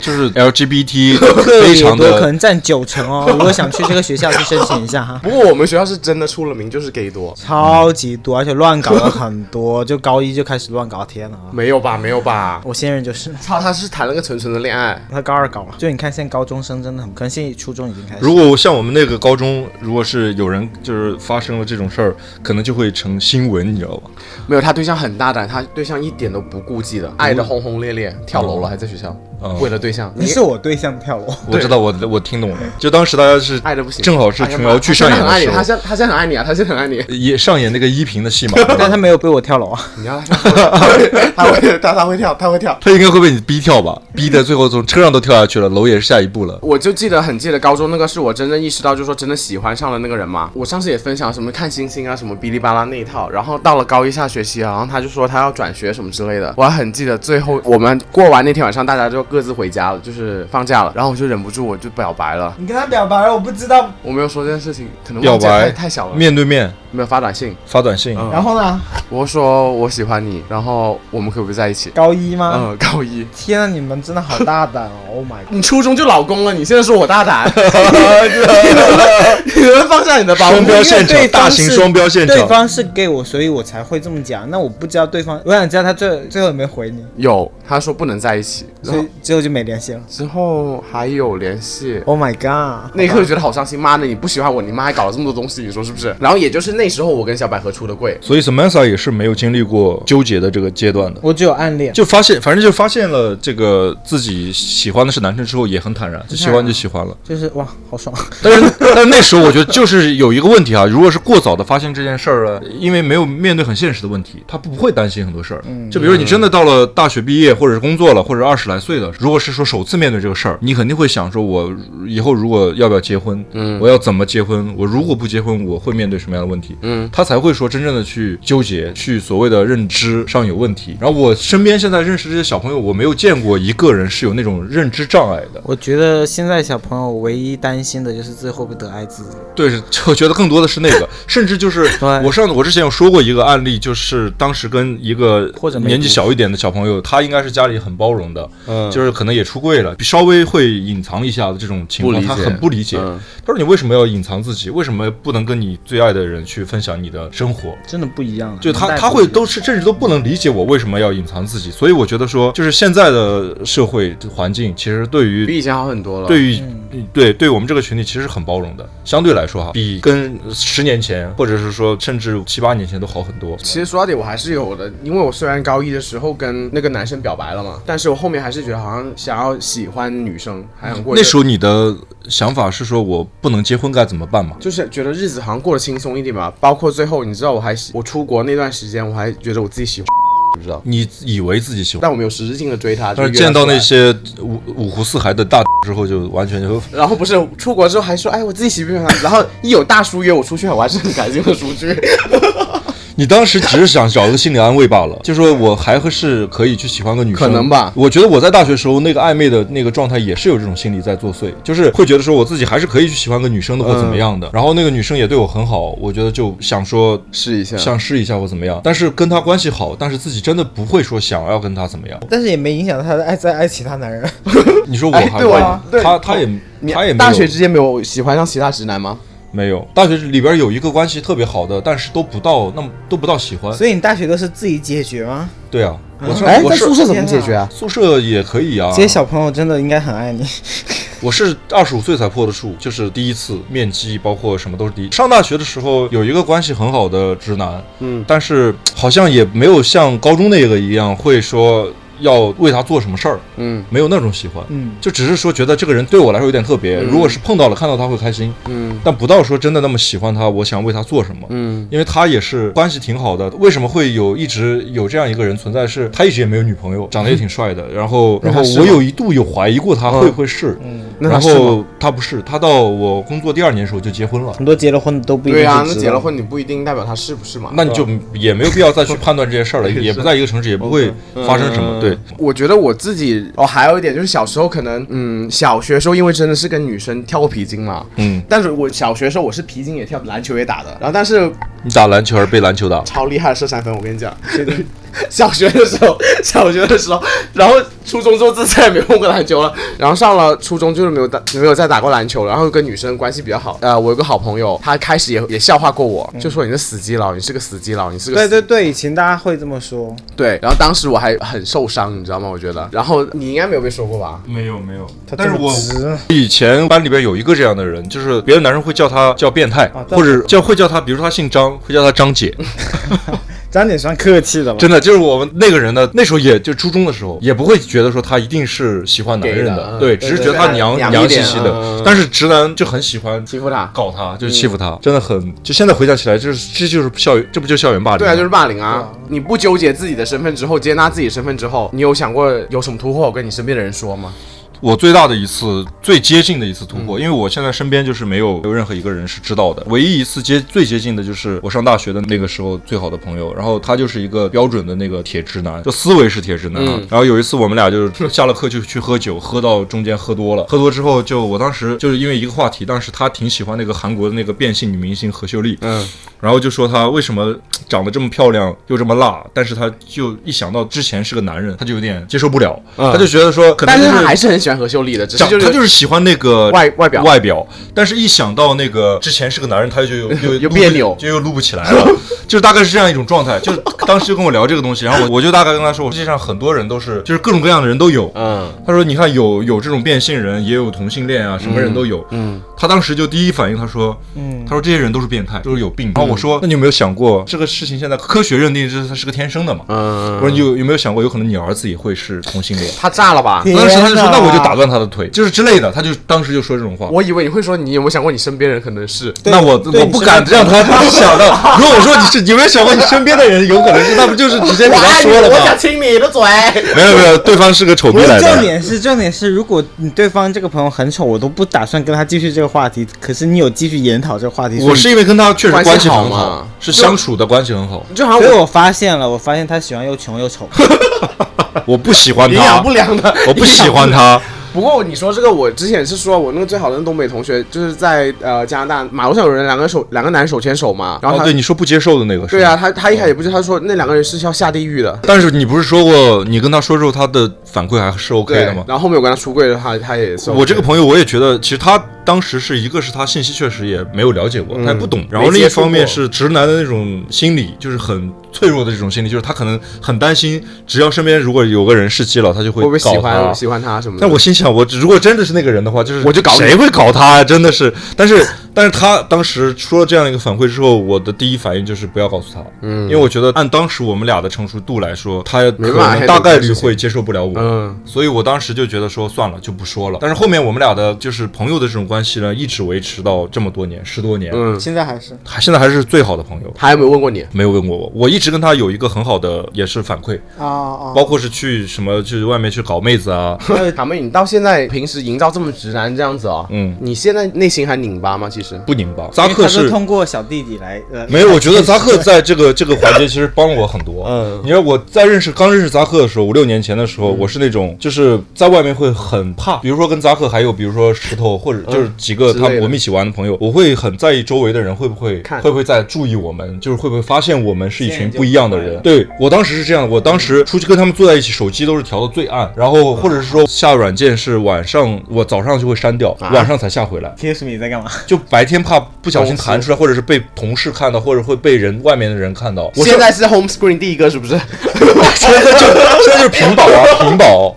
Speaker 2: 就是 LGBT
Speaker 4: 特
Speaker 2: 非
Speaker 4: 别
Speaker 2: 常
Speaker 4: 多，
Speaker 2: 的
Speaker 4: 可能占九成哦。如果想去这个学校去申请一下哈。
Speaker 5: 不过我们学校是真的出了名就是 gay 多，
Speaker 4: 超级多，而且乱搞了很多，就高一就开始乱搞，天哪！
Speaker 5: 没有吧？没有吧？
Speaker 4: 我现任就是
Speaker 5: 操，他是谈了个纯纯的恋爱，
Speaker 4: 他高二搞了，就你看现在高中生真的很，可能现在初中已经开始。
Speaker 2: 如果像我们那个高中，如果是有人就是发生了这种事儿，可能就会成新闻，你知道吧？
Speaker 5: 没有，他对象很大胆，他对象一点都不顾忌的，爱的轰轰烈烈，跳楼了还在学校，
Speaker 2: 嗯
Speaker 5: 为了对象，
Speaker 4: 你是我对象跳楼，
Speaker 2: 我知道，我我听懂了。就当时大家是
Speaker 5: 爱的不行，
Speaker 2: 正好是琼瑶剧上演
Speaker 5: 哎呀妈
Speaker 2: 的时
Speaker 5: 他
Speaker 2: 候，
Speaker 5: 现在他现在很爱你啊，他现在很爱你，
Speaker 2: 也上演那个依萍的戏嘛，
Speaker 4: 但他没有被我跳楼啊。
Speaker 5: 你要他 会他会他他会跳，他会跳。
Speaker 2: 他应该会被你逼跳吧？逼的最后从车上都跳下去了，楼也是下一步了。
Speaker 5: 我就记得很记得高中那个是我真正意识到，就是说真的喜欢上了那个人嘛。我上次也分享什么看星星啊，什么哔哩吧啦那一套，然后到了高一下学期啊，然后他就说他要转学什么之类的。我还很记得最后我们过完那天晚上，大家就各自回家了，就是放假了，然后我就忍不住我就表白了，
Speaker 4: 你跟他表白了，我不知道。
Speaker 5: 我没有说这件事情，可能
Speaker 2: 表
Speaker 5: 忘记了
Speaker 2: 白
Speaker 5: 太太小了，
Speaker 2: 面对面
Speaker 5: 没有发短信。
Speaker 2: 发短信，
Speaker 5: 嗯
Speaker 4: 然后呢？
Speaker 5: 我说我喜欢你，然后我们可不可以在一起？
Speaker 4: 高一吗？
Speaker 5: 嗯，高一，
Speaker 4: 天啊，你们真的好大胆哦！Oh my god！
Speaker 5: 你初中就老公了，你现在说我大 胆，你能放下你的包
Speaker 2: 双标
Speaker 5: 袱？
Speaker 2: 现
Speaker 4: 因为
Speaker 2: 场，
Speaker 4: 对方
Speaker 2: 大型
Speaker 4: 是
Speaker 2: 双标现
Speaker 4: 对
Speaker 2: 场。
Speaker 4: 方是 gay 我，所以我才会这么讲。那我不知道对方，我想知道他最最后有没有回你，
Speaker 5: 有，他说不能在一起，然
Speaker 4: 所
Speaker 2: 哦
Speaker 5: 后
Speaker 4: 以之后就没联系了。
Speaker 5: 之后还有联系。
Speaker 4: Oh my god！
Speaker 5: 那一刻就觉得好伤心，妈的，你不喜欢我，你妈还搞了这么多东西，你说是不是？然后也就是那时候我跟小百合出的柜，
Speaker 2: 所以 Samantha 也是没有经历过纠结的这个阶段的，
Speaker 4: 我只有暗恋。
Speaker 2: 就发现，反正就发现了这个自己喜欢的是男生之后，也很坦然，就喜欢就喜欢了。
Speaker 4: 就是哇，好爽！
Speaker 2: 但是， 但是那时候我觉得就是有一个问题啊，如果是过早的发现这件事儿了，因为没有面对很现实的问题，他不会担心很多事儿。就比如说你真的到了大学毕业，或者是工作了，或者二十来岁了，如果是说首次面对这个事儿，你肯定会想说，我以后如果要不要结婚，嗯，我要怎么结婚？我如果不结婚，我会面对什么样的问题？嗯，他才会说真正的去纠结，去所谓的认知上有问题。然后我身边现在认识这些小朋友，我没有见过一个人是有那种认知障碍的。
Speaker 4: 我觉得现在小朋友唯一担心的就是自己会不会得艾滋。
Speaker 2: 对，是我觉得更多的是那个，甚至就是
Speaker 4: 对
Speaker 2: 我上我之前有说过一个案例，就是当时跟一个
Speaker 4: 或者没
Speaker 2: 年纪
Speaker 4: 读
Speaker 2: 小一点的小朋友，他应该是家里很包容的，
Speaker 5: 嗯
Speaker 2: 就是可能也出柜了，稍微会隐藏一下的这种情
Speaker 5: 不
Speaker 2: 况，
Speaker 5: 理
Speaker 2: 他
Speaker 5: 解
Speaker 2: 很不理解。
Speaker 5: 嗯
Speaker 2: 他说：“你为什么要隐藏自己？为什么不能跟你最爱的人去分享你的生活？”
Speaker 4: 真的不一样啊，
Speaker 2: 就他
Speaker 4: 年代
Speaker 2: 他
Speaker 4: 不一
Speaker 2: 会
Speaker 4: 样
Speaker 2: 都是甚至都不能理解我为什么要隐藏自己，所以我觉得说，就是现在的社会环境其实对于
Speaker 5: 比以前好很多了。
Speaker 2: 对于、对对我们这个群体其实很包容的，相对来说哈，比跟十年前或者是说甚至七八年前都好很多。
Speaker 5: 其实说到底我还是有的，因为我虽然高一的时候跟那个男生表白了嘛，但是我后面还是觉得好像想要喜欢女生，还想过
Speaker 2: 那时
Speaker 5: 候
Speaker 2: 候你的想法是说我不能结婚该怎么办嘛？
Speaker 5: 就是觉得日子好像过得轻松一点吧。包括最后你知道我还喜我出国那段时间，我还觉得我自己喜欢，知不知道？
Speaker 2: 你以为自己喜欢，
Speaker 5: 但我没有实质性的追她，
Speaker 2: 但是
Speaker 5: 就约她
Speaker 2: 呃见到
Speaker 5: 出来
Speaker 2: 那些五五湖四海的大 之后，就完全就
Speaker 5: 然后不是出国之后还说，哎，我自己喜不喜欢他？然后一有大叔约我出去，我还是很开心的出去。
Speaker 2: 你当时只是想找个心理安慰罢了，就说我还是可以去喜欢个女生，
Speaker 5: 可能吧
Speaker 2: 我觉得我在大学时候那个暧昧的那个状态也是有这种心理在作祟，就是会觉得说我自己还是可以去喜欢个女生的或怎么样的，然后那个女生也对我很好，我觉得就想说
Speaker 5: 试一下
Speaker 2: 想 试一下或怎么样，但是跟她关系好，但是自己真的不会说想要跟她怎么样。
Speaker 7: 但是也没影响他的爱再爱其他男人。
Speaker 2: 你说我还
Speaker 5: 哎对啊
Speaker 2: 会
Speaker 5: 对
Speaker 2: 她她也
Speaker 5: 你
Speaker 2: 她也没
Speaker 5: 大
Speaker 2: 有
Speaker 5: 学之间没有喜欢上其他直男吗？
Speaker 2: 没有，大学里边有一个关系特别好的，但是都不到那么都不到喜欢。
Speaker 7: 所以你大学都是自己解决吗？
Speaker 2: 对啊，我是
Speaker 5: 哎，
Speaker 2: 我
Speaker 5: 在
Speaker 2: 是
Speaker 5: 宿舍怎么解决啊？
Speaker 2: 宿舍也可以啊。
Speaker 7: 这些小朋友真的应该很爱你。
Speaker 2: 我是二十五岁才破的处，就是第一次面基，包括什么都是第一。上大学的时候有一个关系很好的直男，
Speaker 5: 嗯，
Speaker 2: 但是好像也没有像高中那个一样会说要为他做什么事儿，
Speaker 5: 嗯
Speaker 2: 没有那种喜欢。
Speaker 7: 嗯，
Speaker 2: 就只是说觉得这个人对我来说有点特别，如果是碰到了看到他会开心，
Speaker 5: 嗯
Speaker 2: 但不到说真的那么喜欢他，我想为他做什么。
Speaker 5: 嗯，
Speaker 2: 因为他也是关系挺好的，为什么会有一直有这样一个人存在？是他一直也没有女朋友，长得也挺帅的。然后，然后
Speaker 5: 嗯那他是
Speaker 2: 我
Speaker 5: 吗
Speaker 2: 有一度有怀疑过他会不会是，
Speaker 5: 嗯那
Speaker 2: 然
Speaker 5: 他是吗
Speaker 2: 后他不是，他到我工作第二年的时候就结婚了。
Speaker 6: 很多结了婚的都不一定
Speaker 5: 对
Speaker 6: 是
Speaker 5: 啊，
Speaker 6: 直
Speaker 5: 那
Speaker 6: 的
Speaker 5: 结了婚你不一定代表他是不是嘛？
Speaker 2: 那你就也没有必要再去判断这些事儿了，也不在一个城市，也不会
Speaker 5: 嗯
Speaker 2: 发生什么。对，
Speaker 5: 我觉得我自己哦，还有一点就是小时候可能，嗯，小学时候因为真的是跟女生跳过皮筋嘛，
Speaker 2: 嗯，
Speaker 5: 但是我小学时候我是皮筋也跳，篮球也打的，然后但是
Speaker 2: 你打篮球还是被篮球打？
Speaker 5: 超厉害的射三分，我跟你讲， 小学的时候， 小学的时候，然后初中之后自再也没碰过篮球了，然后上了初中就是没有打，没有再打过篮球了，然后跟女生关系比较好，呃，我有个好朋友，他开始也也笑话过我，就说你是死基佬，你是个死基佬，你是个死
Speaker 7: 对对对，以前大家会这么说。
Speaker 5: 对，然后当时我还很受伤，你知道吗？我觉得，然后你应该没有被说过吧？
Speaker 2: 没有没有，
Speaker 7: 他
Speaker 2: 但
Speaker 7: 这
Speaker 2: 是
Speaker 7: 么
Speaker 2: 我
Speaker 7: 直，
Speaker 2: 以前班里边有一个这样的人，就是别的男生会叫他叫变态，
Speaker 7: 啊
Speaker 2: 或者叫会叫他，比如说他姓张， 会叫他张姐，
Speaker 5: 嗯
Speaker 7: 张姐算客气的吧？
Speaker 2: 真的就是我们那个人呢，那时候也就初中的时候，也不会觉得说他一定是喜欢男人
Speaker 5: 给的
Speaker 2: 的，
Speaker 5: 嗯
Speaker 2: 对，
Speaker 5: 对
Speaker 2: 只是觉得他娘
Speaker 5: 对
Speaker 2: 娘
Speaker 5: 一
Speaker 2: 兮
Speaker 5: 点
Speaker 2: 兮
Speaker 5: 嗯
Speaker 2: 的。但是直男就很喜欢
Speaker 5: 欺负他
Speaker 2: 搞他，就是欺负他，真的很。就现在回想起来，就是这就是校园，这不就校园霸凌？
Speaker 5: 对啊，就是。霸凌啊！你不纠结自己的身份之后，接纳自己身份之后，你有想过有什么突破跟你身边的人说吗？
Speaker 2: 我最大的一次、最接近的一次突
Speaker 5: 嗯
Speaker 2: 破，因为我现在身边就是没有没有任何一个人是知道的。唯一一次接最接近的就是我上大学的那个时候最好的朋友，然后他就是一个标准的那个铁直男，就思维是铁直男啊。
Speaker 5: 嗯
Speaker 2: 然后有一次我们俩就是下了课就去喝酒，喝到中间喝多了，喝多之后就我当时就是因为一个话题，当时他挺喜欢那个韩国的那个变性女明星何秀丽，
Speaker 5: 嗯，
Speaker 2: 然后就说她为什么长得这么漂亮又这么辣，但是她就一想到之前是个男人，她就有点接受不了，她就觉得说可能
Speaker 5: 嗯但
Speaker 2: 就是
Speaker 5: 他还是很喜欢何秀丽的，只是
Speaker 2: 长
Speaker 5: 就是
Speaker 2: 他就是喜欢那个
Speaker 5: 外外表
Speaker 2: 外表，但是一想到那个之前是个男人，他就又又
Speaker 5: 又
Speaker 2: 撸不
Speaker 5: 别扭
Speaker 2: 就又撸不起来 了，就是大概是这样一种状态。就是当时就跟我聊这个东西，然后我我 就大概跟他说，我世界上很多人都是，就是各种各样的人都有。
Speaker 5: 嗯
Speaker 2: 他说，你看有有这种变性人，也有同性恋啊，什么人都有。
Speaker 5: 嗯，
Speaker 2: 他当时就第一反应，他说，
Speaker 7: 嗯
Speaker 2: 他说这些人都是变态，都是有
Speaker 5: 嗯
Speaker 2: 病。然后我说，那你有没有想过这个事情现在科学认定这是他是个天生的嘛？
Speaker 5: 嗯，
Speaker 2: 我说你有有没有想过，有可能你儿子也会是同性恋？
Speaker 5: 他炸了吧？
Speaker 7: 天
Speaker 2: 当时他就说：“
Speaker 7: 哪
Speaker 2: 那我就打断他的腿，就是之类的。”他就当时就说这种话。
Speaker 5: 我以为你会说，你有没有想过你身边人可能是？
Speaker 2: 那我
Speaker 7: 对
Speaker 2: 我不敢让他想 到。如果我说你是有没有想过你身边的人有可能是，那不就是直接给他说了吗？
Speaker 5: 亲哎你的嘴。
Speaker 2: 没有没有，对方是个丑逼
Speaker 7: 不是
Speaker 2: 来
Speaker 7: 重
Speaker 2: 的。
Speaker 7: 点是重点是，如果你对方这个朋友很丑，我都不打算跟他继续这个话题。可是你有继续研讨这个话题，所以
Speaker 2: 我是因为跟他确实关系
Speaker 5: 关
Speaker 2: 很
Speaker 5: 系好
Speaker 2: 好
Speaker 5: 嘛，
Speaker 2: 是相处的关系很好。
Speaker 5: 就好
Speaker 7: 所
Speaker 5: 像
Speaker 7: 以
Speaker 5: 我
Speaker 7: 我发现了，我发现他喜欢又穷又丑。
Speaker 2: 我不喜欢
Speaker 5: 营养
Speaker 2: 他
Speaker 5: 不，良的，
Speaker 2: 我不喜欢他。哦
Speaker 5: 不过你说这个，我之前是说我那个最好的东北同学，就是在呃加拿大马路上有人两个手两个男人手牵手嘛，然
Speaker 2: 哦，
Speaker 5: 后他、
Speaker 2: 对你说不接受的那个是。
Speaker 5: 对啊，。他他一开始不是他说那两个人是要下地狱的。
Speaker 2: 但是你不是说过你跟他说之后他的反馈还是 OK
Speaker 5: 对
Speaker 2: 的吗，？
Speaker 5: 然后后面我跟他出柜了，他他也是 OK
Speaker 2: 我这个朋友，我也觉得，其实他当时是一个是他信息确实也没有了解过，他也不懂。然后
Speaker 5: 嗯没
Speaker 2: 另一
Speaker 5: 接触
Speaker 2: 方面
Speaker 5: 过
Speaker 2: 是直男的那种心理，就是很脆弱的这种心理，就是他可能很担心，只要身边如果有个人是基佬，他就会
Speaker 5: 会不会喜
Speaker 2: 搞他
Speaker 5: 欢喜欢他什么的？
Speaker 2: 但我心想，我如果真的是那个人的话，就是
Speaker 5: 我就搞你
Speaker 2: 谁会搞他呀、真的是，但是但是他当时说了这样一个反馈之后，我的第一反应就是不要告诉他，嗯，因为我觉得按当时我们俩的成熟度来说，他可
Speaker 5: 没办法
Speaker 2: 能
Speaker 5: handle
Speaker 2: 大概
Speaker 5: 这
Speaker 2: 率
Speaker 5: 个事情
Speaker 2: 会接受不了我，
Speaker 5: 嗯，
Speaker 2: 所以我当时就觉得说算了，就不说了。但是后面我们俩的就是朋友的这种关系呢，一直维持到这么多年，十多年，
Speaker 5: 嗯，
Speaker 7: 现在还是
Speaker 2: 还现在还是最好的朋友。
Speaker 5: 他有没有问过 你？
Speaker 2: 没有问过我，我一直跟他有一个很好的也是反馈，
Speaker 7: 啊啊，
Speaker 2: 包括是去什么去外面去搞妹 子啊，
Speaker 5: 哎 卡妹，你到现在平时营造这么直男这样子哦，
Speaker 2: 嗯
Speaker 5: 你现在内心还拧巴吗？其是？
Speaker 2: 不拧巴。扎
Speaker 7: 因为
Speaker 2: 克
Speaker 7: 他
Speaker 2: 是
Speaker 7: 通过小弟弟来呃，
Speaker 2: 没有，我觉得扎克在这个这个环节其实帮了我很多。嗯，你知道我在认识刚认识扎克的时候，五六年前的时候，
Speaker 5: 嗯
Speaker 2: 我是那种就是在外面会很怕，比如说跟扎克，还有比如说石头或者就是几个
Speaker 5: 嗯之
Speaker 2: 他
Speaker 5: 类
Speaker 2: 们
Speaker 5: 的
Speaker 2: 我们一起玩的朋友，我会很在意周围的人会不会
Speaker 5: 看
Speaker 2: 会不会在注意我们，就是会不会发现我们是一群不一样的人。对我当时是这样，我当时出去跟他们坐在一起，手机都是调到最暗，然后或者是说下软件是晚上我早上就会删
Speaker 5: 啊
Speaker 2: 掉，晚上才下回来。
Speaker 7: Kiss me 你在干嘛？
Speaker 2: 就白天怕不小心弹出来，或者是被同事看到，或者会被人外面的人看到。我
Speaker 5: 现在是 home screen 第一个是不是？
Speaker 2: 现在就现 在就是屏保啊，屏 保。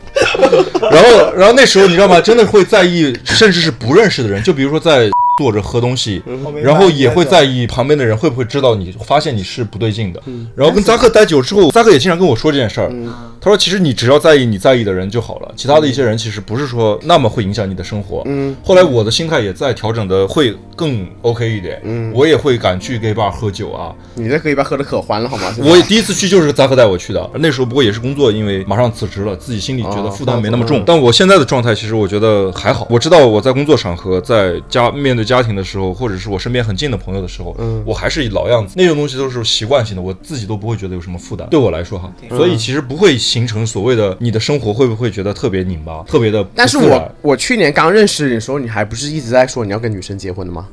Speaker 2: 然后然后那时候你知道吗？真的会在意，甚至是不认识的人，就比如说在坐着喝东西，然后也会在意旁边的人会不会知道你，发现你是不对劲的。然后跟扎克待久之后，扎克也经常跟我说这件事儿。他说：“其实你只要在意你在意的人就好了，其他的一些人其实不是说那么会影响你的生活。”嗯，后来我的心态也在调整的会更 OK 一点。嗯，我也会敢去 gay bar 喝酒啊，
Speaker 5: 你这可以把喝的可欢了好吗？现在
Speaker 2: 我也第一次去就是扎克带我去的，那时候不过也是工作，因为马上辞职了，自己心里觉得啊负担没那么重。但我现在的状态其实我觉得还好，我知道我在工作场合，在家面对家庭的时候，或者是我身边很近的朋友的时候，我还是老样子，那种东西都是习惯性的，我自己都不会觉得有什么负嗯担。对我来说哈，所以其实不会形成所谓的你的生活会不会觉得特别拧巴，特别的不自然。
Speaker 5: 但是啊我我去年刚认识你的时候，你还不是一直在说你要跟女生结婚的吗？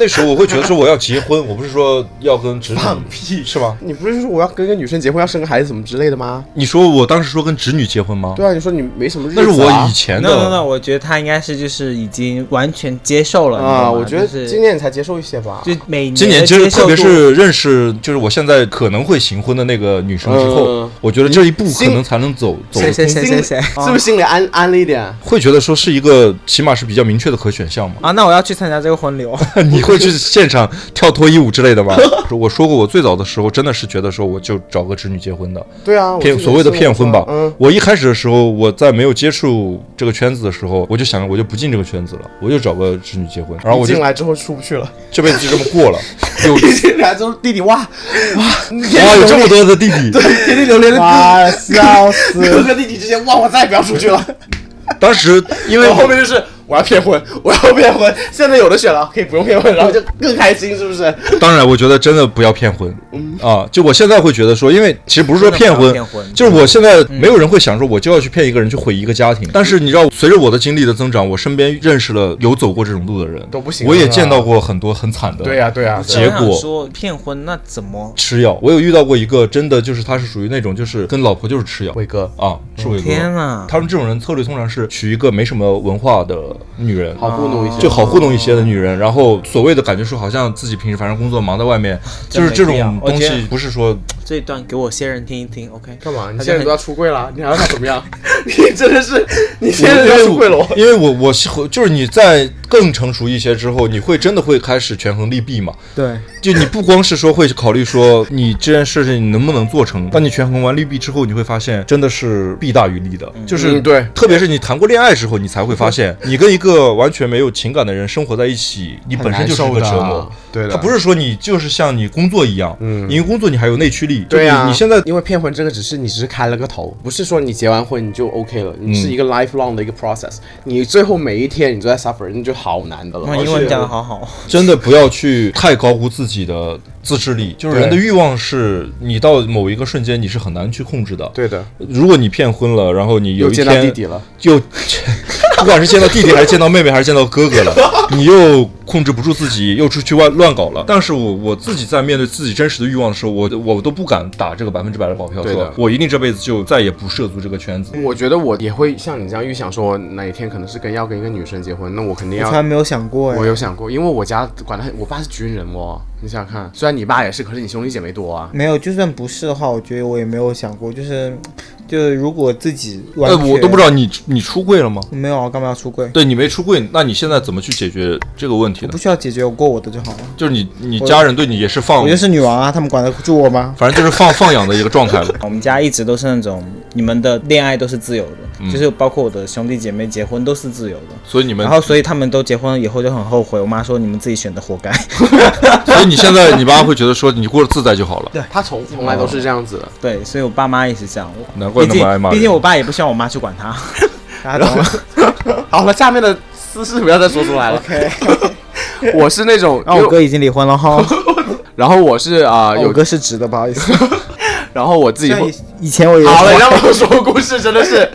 Speaker 2: 那时候我会觉得说我要结婚，我不是说要跟侄女放屁是吗？
Speaker 5: 你不是说我要跟一个女生结婚，要生个孩子什么之类的吗？
Speaker 2: 你说我当时说跟侄女结婚吗？
Speaker 5: 对啊，你说你没什么日子、
Speaker 2: 那
Speaker 5: 啊。
Speaker 2: 是我以前的。
Speaker 7: no no no，我觉得他应该是就是已经完全接受了
Speaker 5: 啊，我
Speaker 7: 你知
Speaker 5: 觉
Speaker 7: 道
Speaker 5: 得
Speaker 7: 吗
Speaker 5: 今年才接受一些吧。
Speaker 7: 就是就每年
Speaker 2: 今年
Speaker 7: 的
Speaker 2: 就是
Speaker 7: 接受
Speaker 2: 特别
Speaker 7: 度
Speaker 2: 是认识，就是我现在可能会行婚的那个女生之后，
Speaker 5: 嗯
Speaker 2: 我觉得这一步可
Speaker 5: 心
Speaker 2: 能才能走走，
Speaker 7: 谁谁谁谁谁
Speaker 2: 哦
Speaker 5: 是不是心里安安了一点？
Speaker 2: 会觉得说是一个起码是比较明确的可选项嘛。
Speaker 7: 啊，那我要去参加这个婚礼哦。
Speaker 2: 你会去现场跳脱衣舞之类的吗？ 我说过，我最早的时候真的是觉得说我就找个侄女结婚的，
Speaker 5: 对啊，我
Speaker 2: 骗
Speaker 5: 记得
Speaker 2: 所谓的
Speaker 5: 是
Speaker 2: 骗
Speaker 5: 我
Speaker 2: 婚
Speaker 5: 说
Speaker 2: 吧。
Speaker 5: 嗯，
Speaker 2: 我一开始的时候，我在没有接触这个圈子的时候，我就想着我就不进这个圈子了，我就找个侄女结婚，然后我就
Speaker 5: 进来之后出不去了。
Speaker 2: 这辈子就这么过 了。有
Speaker 5: 一进来之后，弟弟哇 哇，
Speaker 2: 哇，
Speaker 5: 哇
Speaker 2: 有这么多的弟弟，
Speaker 5: 天地流连的
Speaker 4: 哇，笑死！
Speaker 5: 哥哥弟弟之间，哇，我再也不要出去了。
Speaker 2: 当时因为
Speaker 5: 然后后面就是我要骗婚，我要骗婚。现在有的选了，可以不用骗婚，然后就更开心，是不是？
Speaker 2: 当然，我觉得真的不要骗婚、啊！就我现在会觉得说，因为其实不是说骗婚，
Speaker 7: 真的不要骗婚
Speaker 2: 就是我现在没有人会想说我就要去骗一个人去毁一个家庭。但是你知道，随着我的经历的增长，我身边认识了有走过这种路的人，
Speaker 5: 都不行
Speaker 2: 我也
Speaker 5: 了
Speaker 2: 见到过很多很惨的，
Speaker 5: 对呀、对呀、
Speaker 2: 结
Speaker 7: 我想
Speaker 2: 果
Speaker 7: 说骗婚那怎么？
Speaker 2: 吃药。我有遇到过一个真的就是他是属于那种就是跟老婆就是吃药
Speaker 5: 伟哥，
Speaker 2: 啊，是伟哥。
Speaker 7: 天哪！
Speaker 2: 他们这种人策略通常是娶一个没什么文化的女人，
Speaker 5: 好糊弄一些，
Speaker 2: 就好糊弄一些的女人，然后所谓的感觉说好像自己平时反正工作忙在外面，就是这种东
Speaker 7: 真没必要我觉
Speaker 2: 西
Speaker 7: 得
Speaker 2: 不是说
Speaker 7: 这一段给我先人听一听，OK？
Speaker 5: 干嘛？你
Speaker 7: 他就
Speaker 5: 现在
Speaker 7: 很
Speaker 5: 都要出柜了，你还要他怎么样？ 你真的是，你现在
Speaker 2: 因
Speaker 5: 都要
Speaker 2: 为
Speaker 5: 出柜了
Speaker 2: 我
Speaker 5: 哦。
Speaker 2: 因为我我是就是你在更成熟一些之后，你会真的会开始权衡利弊嘛？
Speaker 4: 对，
Speaker 2: 就你不光是说会考虑说你这件事情你能不能做
Speaker 5: 嗯
Speaker 2: 成，当你权衡完利弊之后，你会发现真的是弊大于利的，就是
Speaker 5: 嗯对嗯
Speaker 2: 特别是你谈过恋爱之后，你才会发现你跟一个完全没有情感的人生活在一起，你本身就是一个折磨。
Speaker 5: 啊对
Speaker 2: 他不是说你就是像你工作一样，嗯，因为工作你还有内驱力，
Speaker 5: 对
Speaker 2: 呀、
Speaker 5: 啊，
Speaker 2: 你现在
Speaker 5: 因为骗婚这个只是你只是开了个头，不是说你结完婚你就 OK 了，你是一个 lifelong 的一个 process，你最后每一天你都在 suffer，那就好难的了。
Speaker 7: 哇，英文讲的好好，
Speaker 2: 真的不要去太高估自己的自制力，就是人的
Speaker 5: 对
Speaker 2: 欲望是你到某一个瞬间你是很难去控制的。
Speaker 5: 对的，
Speaker 2: 如果你骗婚了，然后你有
Speaker 5: 又
Speaker 2: 一
Speaker 5: 见
Speaker 2: 天
Speaker 5: 到弟弟了，
Speaker 2: 又 不管是见到弟弟还是见到妹妹还是见到哥哥了，你又控制不住自己，又出去乱乱搞了。但是我我自己在面对自己真实的欲望的时候，我我都不敢打这个百分之百的保票，
Speaker 5: 对
Speaker 2: 说
Speaker 5: 的
Speaker 2: 我一定这辈子就再也不涉足这个圈子。
Speaker 5: 我觉得我也会像你这样预想说，哪一天可能是跟要跟一个女生结婚，那我肯定
Speaker 4: 我
Speaker 5: 要
Speaker 4: 从来没有想过
Speaker 5: 我
Speaker 4: 哎。
Speaker 5: 有想过，因为我家管得很，我爸是军人哦。你想想看，虽然你爸也是，可是你兄弟姐妹多啊。
Speaker 4: 没有，就算不是的话，我觉得我也没有想过，就是，就是如果自己完
Speaker 2: 呃，
Speaker 4: 全、
Speaker 2: 我都不知道你你出柜了吗？
Speaker 4: 没有啊，干嘛要出柜？
Speaker 2: 对你没出柜，那你现在怎么去解决这个问题呢
Speaker 4: 不？需要解决，我过我的就好了。
Speaker 2: 就是你你家人对你也是放
Speaker 4: 我，就是女王啊，他们管得住我吗？
Speaker 2: 反正就是放 放养的一个状态了。
Speaker 7: 我们家一直都是那种你们的恋爱都是自由的，就是包括我的兄弟姐妹结婚都是自由的。
Speaker 2: 所以你们
Speaker 7: 然，后，所以他们都结婚以后就很后悔。我妈说你们自己选的，活该。
Speaker 2: 所以你现在你妈会觉得说你过得自在就好了。
Speaker 5: 他从从来都是这样子的。
Speaker 7: 对，所以我爸妈也是这样。我
Speaker 2: 难怪那
Speaker 7: 毕
Speaker 2: 么
Speaker 7: 竟
Speaker 2: 爱骂人
Speaker 7: 毕竟我爸也不希望我妈去管 他。
Speaker 4: 大家懂吗？
Speaker 5: 好了，下面的私事不要再说出来了。OK。我是那种，
Speaker 4: 那
Speaker 5: 因为
Speaker 4: 我哥已经离婚了 哈，
Speaker 5: 然后我是啊、
Speaker 4: 我
Speaker 5: 有，
Speaker 4: 哥哦是直的，不好意思。
Speaker 5: 然后我自己
Speaker 4: 像
Speaker 5: 会
Speaker 4: 以以前我有，
Speaker 5: 好了，你让我说故事真的是，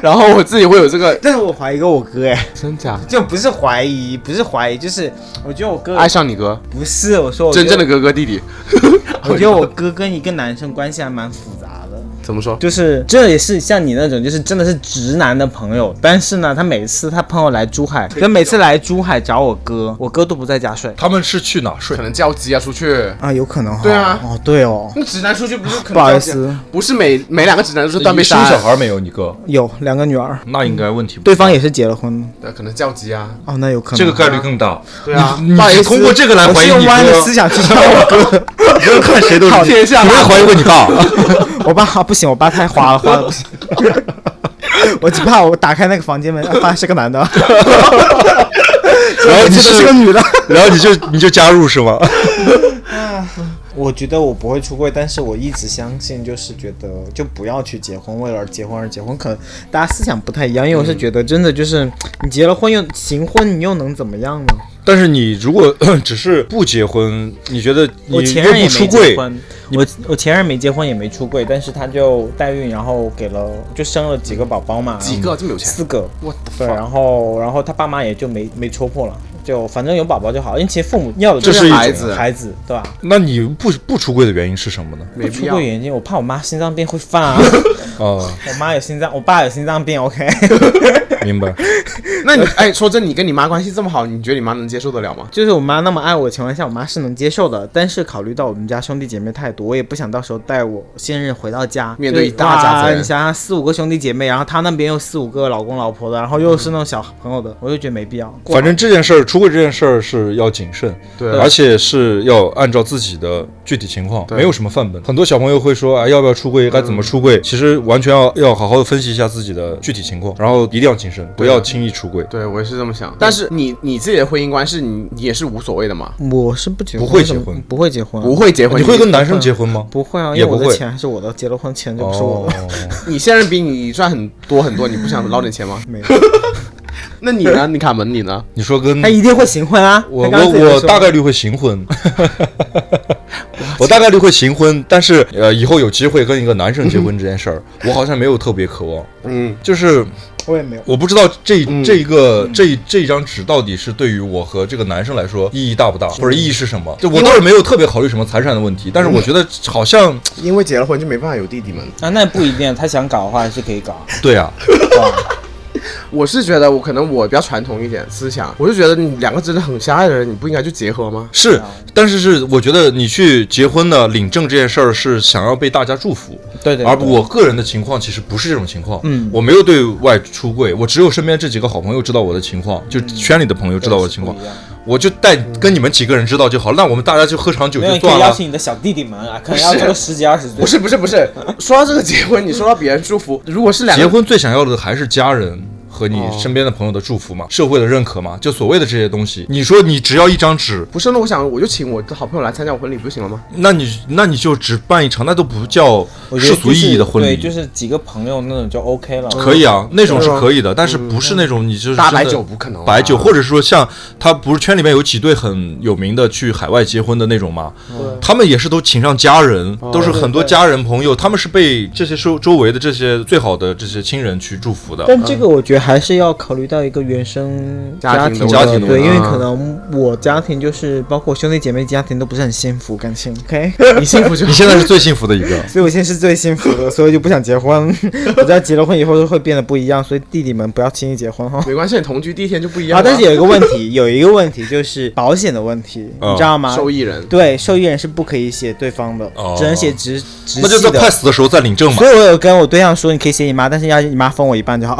Speaker 5: 然后我自己会有这个
Speaker 4: 但是我怀疑过我哥哎，
Speaker 5: 真假
Speaker 4: 就不是怀疑，不是怀疑，就是我觉得我哥
Speaker 5: 爱上你哥，
Speaker 4: 不是我说我觉
Speaker 5: 啊真
Speaker 4: 得
Speaker 5: 正的哥哥弟弟，
Speaker 4: 我觉得我哥跟一个男生关系还蛮复杂的，
Speaker 5: 怎么说？
Speaker 4: 就是这也是像你那种，就是真的是直男的朋友，但是呢，他每次他朋友来珠海，跟每次来珠海找我哥，我哥都不在家睡
Speaker 2: 他们是去哪睡
Speaker 5: 可？能叫鸡啊出去。
Speaker 4: 啊，有可能哈
Speaker 5: 对啊
Speaker 4: 哦对哦，
Speaker 5: 那直男出去不是可能
Speaker 4: 不好
Speaker 5: 叫
Speaker 4: 意
Speaker 5: 鸡啊
Speaker 4: 思，
Speaker 5: 不是每每两个直男都是断
Speaker 2: 断
Speaker 5: 背
Speaker 2: 背生
Speaker 5: 山
Speaker 2: 小，孩没有？你哥，
Speaker 4: 有两个女儿，
Speaker 2: 那应该问题不
Speaker 4: 对方也是结了婚，
Speaker 5: 对，可能叫鸡啊。
Speaker 4: 哦那有可能
Speaker 2: 这个概率更大。
Speaker 5: 对啊，
Speaker 2: 你
Speaker 5: 不好意
Speaker 2: 你
Speaker 5: 思
Speaker 2: 通过这个来
Speaker 4: 我
Speaker 2: 怀
Speaker 4: 是
Speaker 2: 疑
Speaker 4: 用
Speaker 2: 你
Speaker 4: 歪的
Speaker 2: 哥
Speaker 4: 思，想去找我 哥，
Speaker 2: 你哥看谁 都是你
Speaker 5: 天下
Speaker 2: 你没有怀疑过你爸？
Speaker 4: 我爸啊不行，我爸太花了，花了不 行。我只怕我打开那个房间门，啊发现是个男的，
Speaker 2: 然后你
Speaker 4: 这是个女的。
Speaker 2: 然后你就你就加入是吗？
Speaker 4: 我觉得我不会出柜，但是我一直相信，就是觉得就不要去结婚，为了结婚而结婚。可能大家思想不太一样，因为我是觉得真的就是你结了婚又行婚，你又能怎么样呢？
Speaker 2: 但是你如果 只是不结婚，你觉得你
Speaker 4: 我前
Speaker 2: 又
Speaker 4: 任也
Speaker 2: 不出
Speaker 4: 没嗯结
Speaker 2: 柜，
Speaker 4: 婚，我我前任没结婚也没出柜，但是他就代孕，然后给了就生了几个宝宝嘛，嗯
Speaker 5: 几个这么有钱
Speaker 4: 四个，
Speaker 5: 我的
Speaker 4: 对，
Speaker 5: fuck，
Speaker 4: 然后然后他爸妈也就没没戳破了，就反正有宝宝就好，因为其实父母要的就
Speaker 2: 这是一种
Speaker 5: 孩子
Speaker 4: 孩子，对吧？
Speaker 2: 那你不不出柜的原因是什么呢？
Speaker 5: 没
Speaker 4: 不
Speaker 5: 必
Speaker 4: 出
Speaker 5: 要
Speaker 4: 过。原因，我怕我妈心脏病会犯啊，
Speaker 2: 啊，
Speaker 4: 我妈有心脏，我爸有心脏病，OK，
Speaker 2: 明白。
Speaker 5: 那你哎，说真，你跟你妈关系这么好，你觉得你妈能接受得了吗？
Speaker 4: 就是我妈那么爱我的情况下，我妈是能接受的，但是考虑到我们家兄弟姐妹太多，我也不想到时候带我现任回到家，
Speaker 5: 面对
Speaker 4: 就是
Speaker 5: 一大家子
Speaker 4: 哇
Speaker 5: 人
Speaker 4: 你想想四五个兄弟姐妹，然后她那边有四五个老公老婆的，然后又是那种小朋友的，我就觉得没必要。
Speaker 2: 反正这件事儿，出柜这件事儿是要谨慎，
Speaker 5: 对
Speaker 2: 而且是要按照自己的具体情况，
Speaker 5: 对
Speaker 2: 没有什么范本。很多小朋友会说，哎，要不要出
Speaker 4: 嗯
Speaker 2: 柜？该怎么出柜？其实完全要要好好的分析一下自己的具体情况，然后一定要谨慎，不要轻易出柜。
Speaker 5: 对，我也是这么想。但是你你自己的婚姻观是你你也是无所谓的嘛？
Speaker 4: 我是不结
Speaker 2: 不
Speaker 4: 婚，
Speaker 2: 会结
Speaker 4: 为什么
Speaker 2: 婚
Speaker 4: 不会结婚啊，
Speaker 5: 不会结婚，
Speaker 2: 你会跟男生结婚吗？
Speaker 4: 不会啊，因
Speaker 2: 也
Speaker 4: 为
Speaker 2: 不
Speaker 4: 我的
Speaker 2: 会
Speaker 4: 钱还是我的，结了婚钱就不是我
Speaker 2: 哦
Speaker 4: 的。，
Speaker 5: 你现任比你赚很多很多，你不想捞点钱吗？
Speaker 4: 没有，
Speaker 5: 那你呢？你卡门你呢？
Speaker 2: 你说跟
Speaker 4: 他一定会行婚啊！
Speaker 2: 我
Speaker 4: 他刚刚
Speaker 2: 我
Speaker 4: 自己就
Speaker 2: 我
Speaker 4: 说
Speaker 2: 大概率会行婚， 我大概率会行婚，但是呃，以后有机会跟一个男生结婚这件事儿，我好像没有特别渴望，
Speaker 5: 嗯，
Speaker 2: 就是
Speaker 4: 我也没有，
Speaker 2: 我不知道这、
Speaker 8: 嗯
Speaker 2: 这个这这一张纸到底是对于我和这个男生来说意义大不大，或者意义是什么？就我倒是没有特别考虑什么财产的问题，
Speaker 8: 嗯
Speaker 2: 但是我觉得好像
Speaker 5: 因为结了婚就没办法有弟弟们。
Speaker 8: 啊，那不一定，他想搞的话还是可以搞。
Speaker 2: 对啊，
Speaker 5: 我是觉得我可能我比较传统一点思想，我就觉得你两个真的很相爱的人，你不应该去结合
Speaker 8: 嗯
Speaker 5: 吗？
Speaker 2: 是，但是是我觉得你去结婚呢领证这件事儿是想要被大家祝福，
Speaker 8: 对对
Speaker 2: 而我个人的情况其实不是这种情况，嗯，我没有对外出柜，我只有身边这几个好朋友知道我的情况，
Speaker 8: 嗯
Speaker 2: 就圈里的朋友知道我的情况，我就带跟你们几个人知道就好，那我们大家就喝场酒
Speaker 8: 没有，
Speaker 2: 就
Speaker 8: 你可
Speaker 2: 算
Speaker 8: 以邀
Speaker 2: 了。
Speaker 8: 请你的小弟弟们啊，可能要做个十几二十岁
Speaker 5: 不。是不是不 是，说到这个结婚，你说到别人祝福，如果是两个
Speaker 2: 结婚最想要的还是家人。和你身边的朋友的祝福嘛，社会的认可嘛，就所谓的这些东西。你说你只要一张纸，
Speaker 5: 不是，那我想我就请我的好朋友来参加我婚礼不就行了吗？
Speaker 2: 那你那你就只办一场，那都不叫
Speaker 8: 我觉
Speaker 2: 世
Speaker 8: 得
Speaker 2: 俗意义的婚礼，
Speaker 8: 对，就是几个朋友那种就 OK 了。
Speaker 2: 可以啊，那种是可以的，但是不是那种你就是
Speaker 5: 大
Speaker 2: 真的
Speaker 5: 白酒不可能啊
Speaker 2: 白酒，或者说像他不是圈里面有几对很有名的去海外结婚的那种嘛，他们也是都请上家人，都是很多家人朋友，他们是被这些周周围的这些最好的这些亲人去祝福的。
Speaker 4: 但这个我觉得还是要考虑到一个原生
Speaker 5: 家庭
Speaker 4: 庭
Speaker 5: 的
Speaker 2: 家庭的
Speaker 4: 对，
Speaker 2: 问
Speaker 4: 因
Speaker 2: 题啊
Speaker 4: 为可能我家庭就是包括兄弟姐妹家庭都不是很幸福，感情 OK，
Speaker 5: 你幸福就。
Speaker 2: 你现在是最幸福的一个，
Speaker 4: 所以我现在是最幸福的，所以就不想结婚。 我知道结了婚以后就会变得不一样，所以弟弟们不要轻易结婚哈
Speaker 5: 没关系，你同居第一天就不一样
Speaker 4: 啊，
Speaker 5: 了。
Speaker 4: 但是有一个问题，有一个问题就是保险的问题，
Speaker 2: 嗯
Speaker 4: 你知道吗？
Speaker 5: 受益人
Speaker 4: 对，受益人是不可以写对方的，
Speaker 2: 哦
Speaker 4: 只能写直直
Speaker 2: 那就在
Speaker 4: 系
Speaker 2: 快
Speaker 4: 的。
Speaker 2: 死的时候再 领证嘛
Speaker 4: 所。以我有跟我对象说，你可以写你妈，但是要你妈分我一半 就好。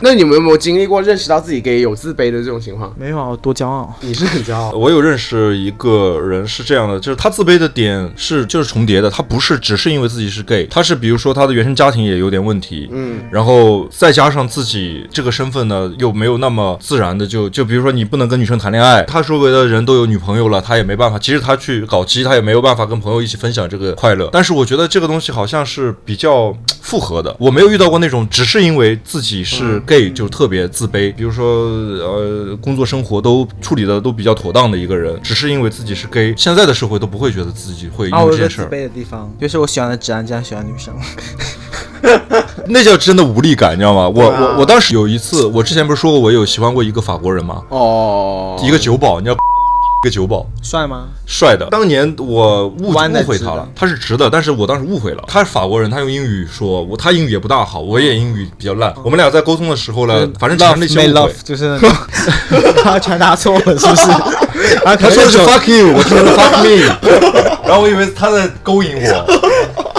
Speaker 5: 那你们有没有经历过认识到自己 gay 有自卑的这种情况？
Speaker 4: 没有啊，我多骄傲。
Speaker 5: 你是很骄傲，
Speaker 2: 我有认识一个人是这样的，就是他自卑的点是就是重叠的，他不是只是因为自己是 gay，他是比如说他的原生家庭也有点问题，
Speaker 5: 嗯，
Speaker 2: 然后再加上自己这个身份呢又没有那么自然的就就比如说你不能跟女生谈恋爱，他周围的人都有女朋友了，他也没办法，即使他去搞基，他也没有办法跟朋友一起分享这个快乐。但是我觉得这个东西好像是比较复合的，我没有遇到过那种只是因为自己是 gay 就特别自卑，比如说呃工作生活都处理的都比较妥当的一个人，只是因为自己是 gay，现在的社会都不会觉得自己会因
Speaker 7: 啊，我
Speaker 2: 为
Speaker 7: 有
Speaker 2: 这
Speaker 7: 个
Speaker 2: 件
Speaker 7: 自
Speaker 2: 事儿，
Speaker 7: 卑的地方，就是我喜欢的直男竟然喜欢女生，
Speaker 2: 那叫真的无力感，你知道吗？我
Speaker 5: 对啊
Speaker 2: 我我当时有一次，我之前不是说过我有喜欢过一个法国人吗？
Speaker 5: 哦，
Speaker 2: 一个酒保，你知道 一个酒保，
Speaker 7: 帅吗？
Speaker 2: 帅的。当年我误误
Speaker 7: 弯的
Speaker 2: 会
Speaker 7: 直
Speaker 2: 他
Speaker 7: 的
Speaker 2: 了，他是直的，但是我当时误会了，他是法国人，他用英语说，我他英语也不大好，我也英语比较烂。我们俩在沟通的时候呢，反正产生了
Speaker 7: 嗯 love
Speaker 2: 一些
Speaker 7: may
Speaker 2: 误会
Speaker 7: love。就是那种， 他传达错了是不是？然 后
Speaker 2: 他
Speaker 7: 他
Speaker 2: 说的是 fuck you，我听的是 fuck me，然后 我以为他在勾引我，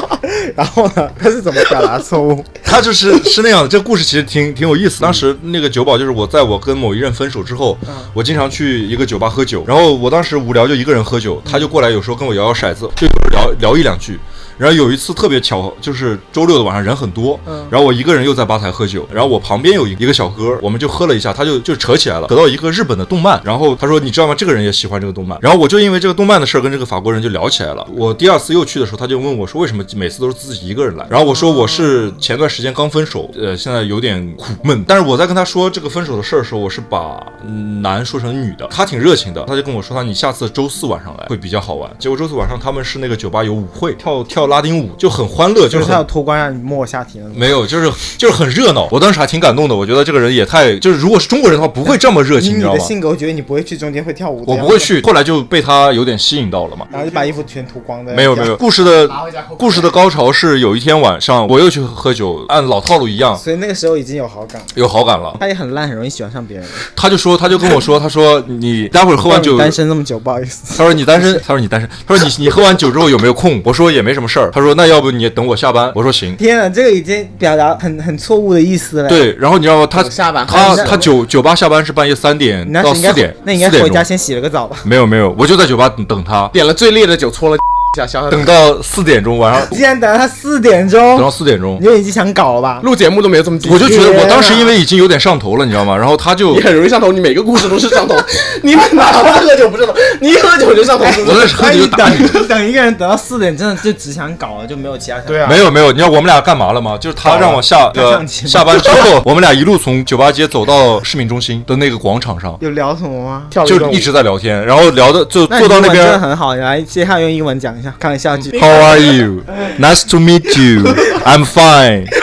Speaker 7: 然后 呢，他是怎么表达错误？
Speaker 2: 他就是是那样的。这故事其实挺挺有意思。当时那个酒保就是我，在我跟某一任分手之后，我经常去一个酒吧喝酒，然后我当时无聊就一个人喝酒，他就过来有时候跟我摇摇骰子，就有时候聊聊一两句。然后有一次特别巧，就是周六的晚上人很多，然后我一个人又在吧台喝酒，然后我旁边有一个小哥，我们就喝了一下，他就就扯起来了，得到一个日本的动漫，然后他说你知道吗？这个人也喜欢这个动漫，然后我就因为这个动漫的事儿跟这个法国人就聊起来了。我第二次又去的时候，他就问我说为什么每次都是自己一个人来，然后我说我是前段时间刚分手，呃，现在有点苦闷，但是我在跟他说这个分手的事儿的时候，我是把嗯男说成女的，他挺热情的，他就跟我说他你下次周四晚上来会比较好玩。结果周四晚上他们是那个酒吧有舞会，跳跳拉丁舞就很欢乐，
Speaker 7: 就
Speaker 2: 就
Speaker 7: 是是他要
Speaker 2: 很。
Speaker 7: 脱光让你摸我下体那种。
Speaker 2: 没有，就是就是很热闹。我当时还挺感动的，我觉得这个人也太就是，如果是中国人的话，不会这么热
Speaker 7: 以
Speaker 2: 情，你
Speaker 7: 你
Speaker 2: 知道
Speaker 7: 的
Speaker 2: 吗？
Speaker 7: 性格，我觉得你不会去中间会跳舞的
Speaker 2: 我
Speaker 7: 样子。
Speaker 2: 不会去，后来就被他有点吸引到了嘛。
Speaker 7: 然后就把衣服全脱光的。
Speaker 2: 没有没有，。故事的
Speaker 5: 拿回家后悔
Speaker 2: 故事的高潮是有一天晚上，我又去喝酒，按老套路一样
Speaker 7: 所以那个时候已经有好感，
Speaker 2: 有好感了。
Speaker 7: 他也很烂，很容易喜欢上别人。
Speaker 2: 他就说，他就跟我说，他说你待会儿喝完酒，
Speaker 7: 单身这么久，不好意思。
Speaker 2: 他说你单身，他说你单身，他说你你喝完酒之后有没有空？我说也没什么事儿。他说那要不你等我下班？我说行。
Speaker 7: 天啊，这个已经表达很很错误的意思了。，
Speaker 2: 对，然后你知道吗？他
Speaker 5: 等下班
Speaker 2: 他
Speaker 5: 还是
Speaker 2: 他酒酒吧下班是半夜三点
Speaker 7: 你那
Speaker 2: 嗯到
Speaker 7: 是应该
Speaker 2: 四点，
Speaker 7: 那应该
Speaker 2: 4点
Speaker 7: 回家
Speaker 2: 钟
Speaker 7: 先洗了个澡吧。
Speaker 2: 没有没有，我就在酒吧等等他，
Speaker 5: 点了最烈的酒，搓了 一下，消消
Speaker 2: 等到四点钟晚上，
Speaker 7: 竟然等到他四点
Speaker 2: 等到
Speaker 7: 钟，
Speaker 2: 四点钟
Speaker 7: 你，就已经想搞了吧？
Speaker 5: 录节目都没有这么积极，
Speaker 2: 我就觉得我当 时因为已经有点上头了，你知道吗？然后他就
Speaker 5: 你很容易上头，你每个故事都是上 头。你们哪怕喝酒不上头， 你一喝酒就上头，是不
Speaker 2: 我在
Speaker 5: 是？
Speaker 2: 喝酒就打你。
Speaker 7: 哎等等一个人等到四点，真的就只想搞了，就没有其他想法。
Speaker 5: 对啊
Speaker 2: 没有没有，你知道我们俩干嘛了吗？就是他让我下
Speaker 7: 他
Speaker 2: 呃
Speaker 7: 哦上去吗
Speaker 2: 下班之 后，我们俩一路从酒吧街走到市民中心的那个广场上，
Speaker 7: 有聊什么吗？
Speaker 5: 跳了
Speaker 2: 就
Speaker 5: 段舞
Speaker 2: 一直在聊天，然后聊的就
Speaker 7: 那
Speaker 2: 坐到
Speaker 7: 你英文真的
Speaker 2: 那边。嗯
Speaker 7: 很好，你来接下用英文讲一下，看一下句。
Speaker 2: How are you? Nice to meet you. I'm fine.